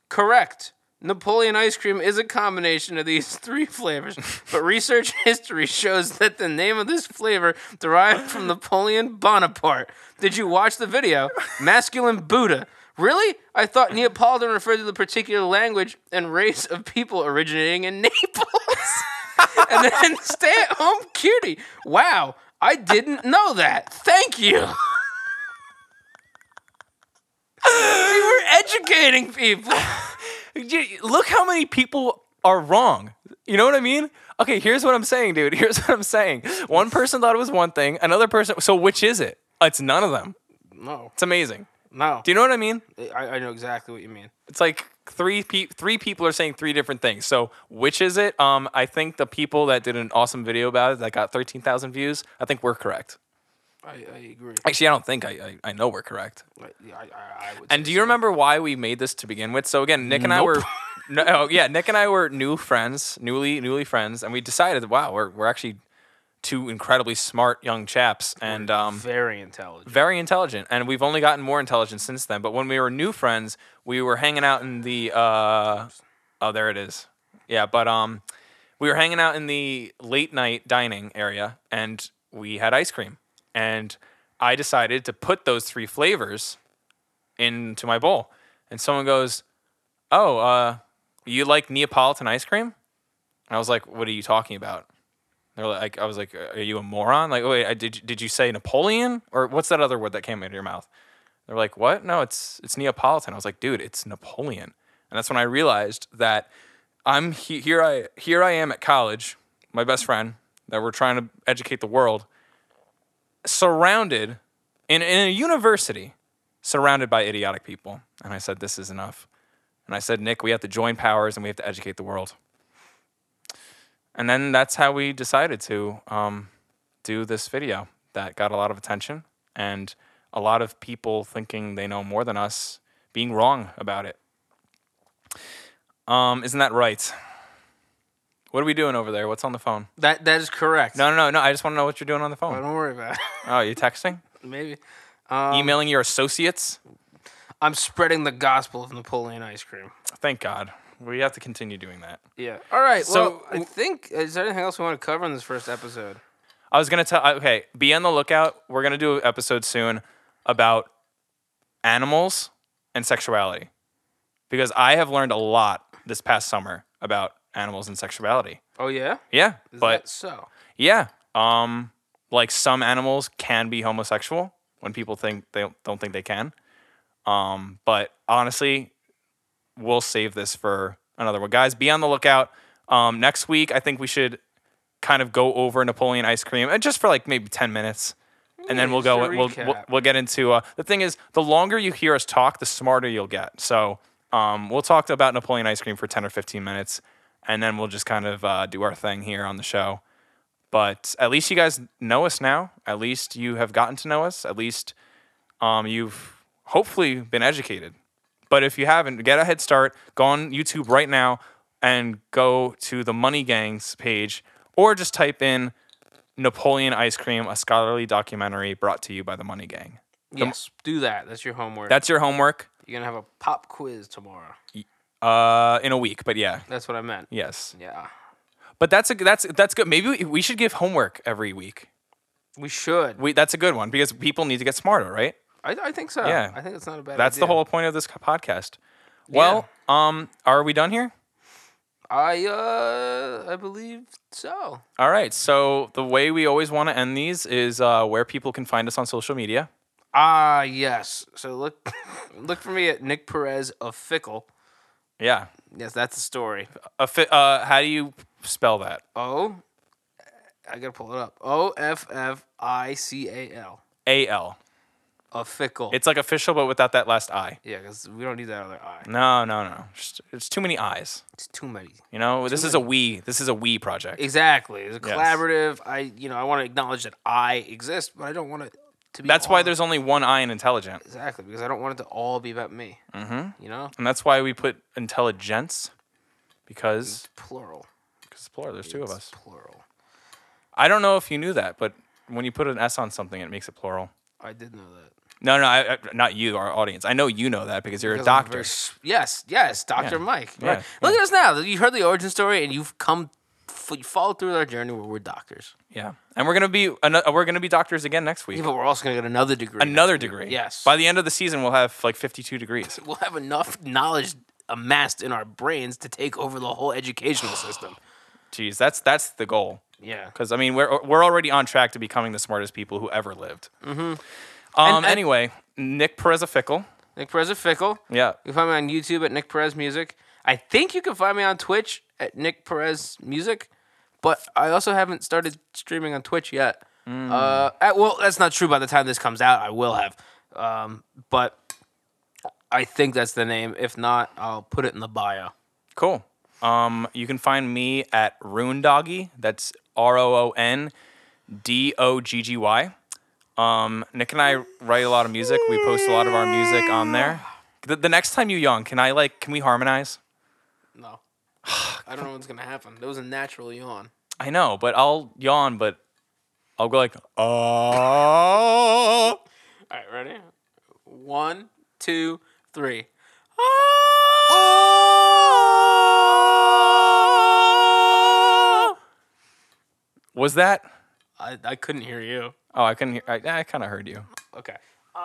Speaker 5: Correct. Napoleon ice cream is a combination of these three flavors, but research history shows that the name of this flavor derived from Napoleon Bonaparte. Did you watch the video? Masculine Buddha. Really? I thought Neapolitan referred to the particular language and race of people originating in Naples. and then stay at home cutie. Wow, I didn't know that. Thank you. we were educating people.
Speaker 4: Y- Look how many people are wrong. You know what I mean? Okay, here's what I'm saying, dude. Here's what I'm saying. One person thought it was one thing, another person so which is it? It's none of them.
Speaker 5: No,
Speaker 4: It's amazing.
Speaker 5: no.
Speaker 4: Do you know what I mean?
Speaker 5: I, I know exactly what you mean.
Speaker 4: it's like three pe- three people are saying three different things. So which is it? Um, I think the people that did an awesome video about it that got thirteen thousand views, I think we're correct.
Speaker 5: I, I agree.
Speaker 4: Actually, I don't think I I, I know we're correct.
Speaker 5: I, I, I would
Speaker 4: And do you remember why we made this to begin with? So again, Nick and I were no, oh, yeah, Nick and I were new friends, newly newly friends, and we decided, wow, we're we're actually two incredibly smart young chaps, and um,
Speaker 5: very intelligent.
Speaker 4: very intelligent, and we've only gotten more intelligent since then. But when we were new friends, we were hanging out in the uh, oh, there it is, yeah. But um, we were hanging out in the late night dining area, and we had ice cream, and I decided to put those three flavors into my bowl, and someone goes, "Oh, uh, you like Neapolitan ice cream?" And I was like, "What are you talking about?" They're like, I was like, "Are you a moron?" Like, wait, I, did did you say Napoleon or what's that other word that came out of your mouth? They're like, "What? No, it's it's Neapolitan." I was like, "Dude, it's Napoleon." And that's when I realized that I'm he- here. I here I am at college, my best friend that we're trying to educate the world, surrounded in in a university, surrounded by idiotic people. And I said, "This is enough." And I said, "Nick, we have to join powers and we have to educate the world." And then that's how we decided to um, do this video that got a lot of attention and a lot of people thinking they know more than us being wrong about it. Um, isn't that right? What are we doing over there? What's on the phone?
Speaker 5: That that is correct.
Speaker 4: No, no, no, no. I just want to know what you're doing on the
Speaker 5: But
Speaker 4: phone.
Speaker 5: don't worry about it.
Speaker 4: Oh, you're texting?
Speaker 5: Maybe
Speaker 4: Emailing your associates?
Speaker 5: I'm spreading the gospel of Napoleon ice cream.
Speaker 4: Thank God. We have to continue doing that.
Speaker 5: Yeah. All right.
Speaker 4: So-
Speaker 5: well, I think is there anything else we want to cover in this first episode?
Speaker 4: I was gonna tell. Okay, be on the lookout. We're gonna do an episode soon about animals and sexuality, because I have learned a lot this past summer about animals and sexuality.
Speaker 5: Oh yeah.
Speaker 4: Yeah,
Speaker 5: Is
Speaker 4: but
Speaker 5: that so.
Speaker 4: yeah, um, like some animals can be homosexual when people think they don't- don't think they can. Um, but honestly, we'll save this for another one, guys. Be on the lookout. Um, next week, I think we should kind of go over Napoleon ice cream and just for like maybe 10 minutes. And then we'll
Speaker 5: just a
Speaker 4: go. We'll, we'll
Speaker 5: recap.
Speaker 4: we'll get into uh, the thing is the longer you hear us talk, the smarter you'll get. So um, we'll talk about Napoleon ice cream for ten or fifteen minutes, and then we'll just kind of uh, do our thing here on the show. But at least you guys know us now. At least you have gotten to know us. At least um, you've hopefully been educated. But if you haven't, get a head start. Go on YouTube right now and go to the Money Gangs page, or just type in Napoleon Ice Cream, a scholarly documentary brought to you by the Money Gang.
Speaker 5: Yes, do that. That's your homework.
Speaker 4: That's your homework
Speaker 5: You're gonna have a pop quiz tomorrow.
Speaker 4: uh, in a week. But yeah,
Speaker 5: That's what I meant.
Speaker 4: yes.
Speaker 5: Yeah,
Speaker 4: But that's a that's that's good. Maybe we- we should give homework every week.
Speaker 5: we should.
Speaker 4: We that's a good one because people need to get smarter, right?
Speaker 5: I, I think so.
Speaker 4: Yeah.
Speaker 5: I think it's not a bad.
Speaker 4: That's the
Speaker 5: idea.
Speaker 4: whole point of this podcast. Well, um, are we done here?
Speaker 5: I uh, I believe so.
Speaker 4: All right. So the way we always want to end these is uh, where people can find us on social media.
Speaker 5: Ah, yes. So look, look for me at Nick Perez of Fickle.
Speaker 4: Yeah.
Speaker 5: Yes, that's the story.
Speaker 4: A fi- uh, how do you spell that?
Speaker 5: O, I gotta pull it up. O F F I C A L
Speaker 4: A L.
Speaker 5: of Fickle.
Speaker 4: It's like official, but without that last I.
Speaker 5: yeah, because we don't need that other I.
Speaker 4: No, no, no. Just, it's too many I's.
Speaker 5: It's too many.
Speaker 4: You know, this is a we. This is a we project.
Speaker 5: Exactly. It's a
Speaker 4: Yes.
Speaker 5: collaborative. I, you know, I want to acknowledge that I exist, but I don't want it to be.
Speaker 4: That's why
Speaker 5: all-
Speaker 4: there's only one I in intelligent,
Speaker 5: exactly because I don't want it to all be about me. Mm-hmm. You know,
Speaker 4: and that's why we put intelligence because
Speaker 5: plural.
Speaker 4: because it's plural. There's two of us.
Speaker 5: Plural.
Speaker 4: I don't know if you knew that, but when you put an S on something, it makes it plural.
Speaker 5: I did know that.
Speaker 4: No, no, I, I, not you, our audience. I know you know that because you're a
Speaker 5: Because I'm
Speaker 4: doctor.
Speaker 5: very s- yes, yes, Doctor
Speaker 4: Yeah.
Speaker 5: Mike.
Speaker 4: Yeah,
Speaker 5: Right. Look at us now. You heard the origin story, and you've come, f- you followed through with our journey where we're doctors.
Speaker 4: Yeah, and we're gonna be ano- we're gonna be doctors again next week.
Speaker 5: Yeah, but we're also gonna get another degree.
Speaker 4: Another degree.
Speaker 5: Yes.
Speaker 4: By the end of the season, we'll have like 52 degrees.
Speaker 5: We'll have enough knowledge amassed in our brains to take over the whole educational system.
Speaker 4: Jeez, that's that's the goal.
Speaker 5: Yeah.
Speaker 4: Because I mean, we're we're already on track to becoming the smartest people who ever lived. Mm-hmm. Um.
Speaker 5: and-
Speaker 4: anyway, Nick Perez Fickle.
Speaker 5: Nick Perez of Fickle.
Speaker 4: Yeah.
Speaker 5: You can find me on YouTube at Nick Perez Music. I think you can find me on Twitch at Nick Perez Music, but I also haven't started streaming on Twitch yet. Uh, at- well, that's not true. By the time this comes out, I will have. Um, but I think that's the name. If not, I'll put it in the bio.
Speaker 4: Cool. Um, you can find me at Rune Doggy. That's R O O N D O G G Y. Um, Nick and I write a lot of music. We post a lot of our music on there. The, the next time you yawn, can I like? Can we harmonize?
Speaker 5: No. I don't know what's going to happen. That was a natural yawn.
Speaker 4: I know, but I'll yawn, but I'll go like, oh.
Speaker 5: All right, ready? One, two, three.
Speaker 4: Was that?
Speaker 5: I, I couldn't hear you.
Speaker 4: Oh, I couldn't hear. I, I kind of heard you.
Speaker 5: Okay. Um,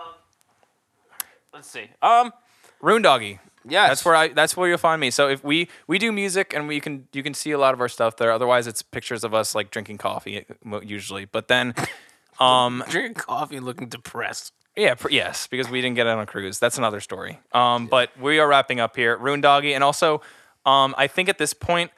Speaker 5: let's see. Um,
Speaker 4: Rune Doggy.
Speaker 5: yeah,
Speaker 4: That's where I. That's where you'll find me. So if we we do music and we can you can see a lot of our stuff there. Otherwise, it's pictures of us like drinking coffee mo- usually. But then, um,
Speaker 5: drinking coffee and looking depressed.
Speaker 4: yeah, pr- yes, because we didn't get it on a cruise. That's another story. Um, but we are wrapping up here, Rune Doggy, and also, um, I think at this point.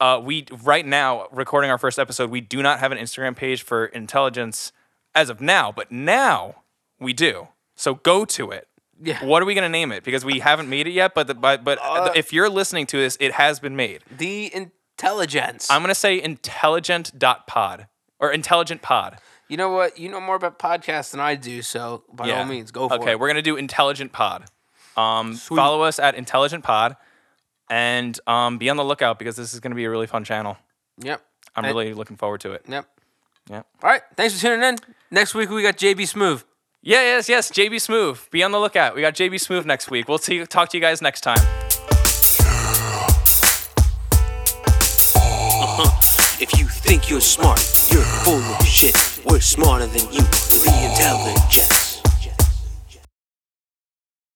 Speaker 4: Uh, we right now recording our first episode. We do not have an Instagram page for intelligence as of now, but now we do. So go to it.
Speaker 5: Yeah.
Speaker 4: What are we gonna name it? Because we haven't made it yet. But the, but but the- if you're listening to this, it has been made.
Speaker 5: The intelligence.
Speaker 4: I'm gonna say intelligent.pod or intelligent pod.
Speaker 5: you know what? You know more about podcasts than I do, so by all means, go for
Speaker 4: okay,
Speaker 5: it.
Speaker 4: we're gonna do intelligent pod. Um, follow us at intelligent pod, and um, be on the lookout because this is gonna be a really fun channel.
Speaker 5: Yep.
Speaker 4: I'm
Speaker 5: I-
Speaker 4: really looking forward to it.
Speaker 5: Yep.
Speaker 4: Yeah.
Speaker 5: All right. Thanks for tuning in. Next week we got JB Smooth.
Speaker 4: Yeah, yes, yes. JB Smooth. Be on the lookout. We got JB Smooth next week. We'll see, talk to you guys next time.
Speaker 1: If you think you're smart, you're full of shit. We're smarter than you, the intelligence.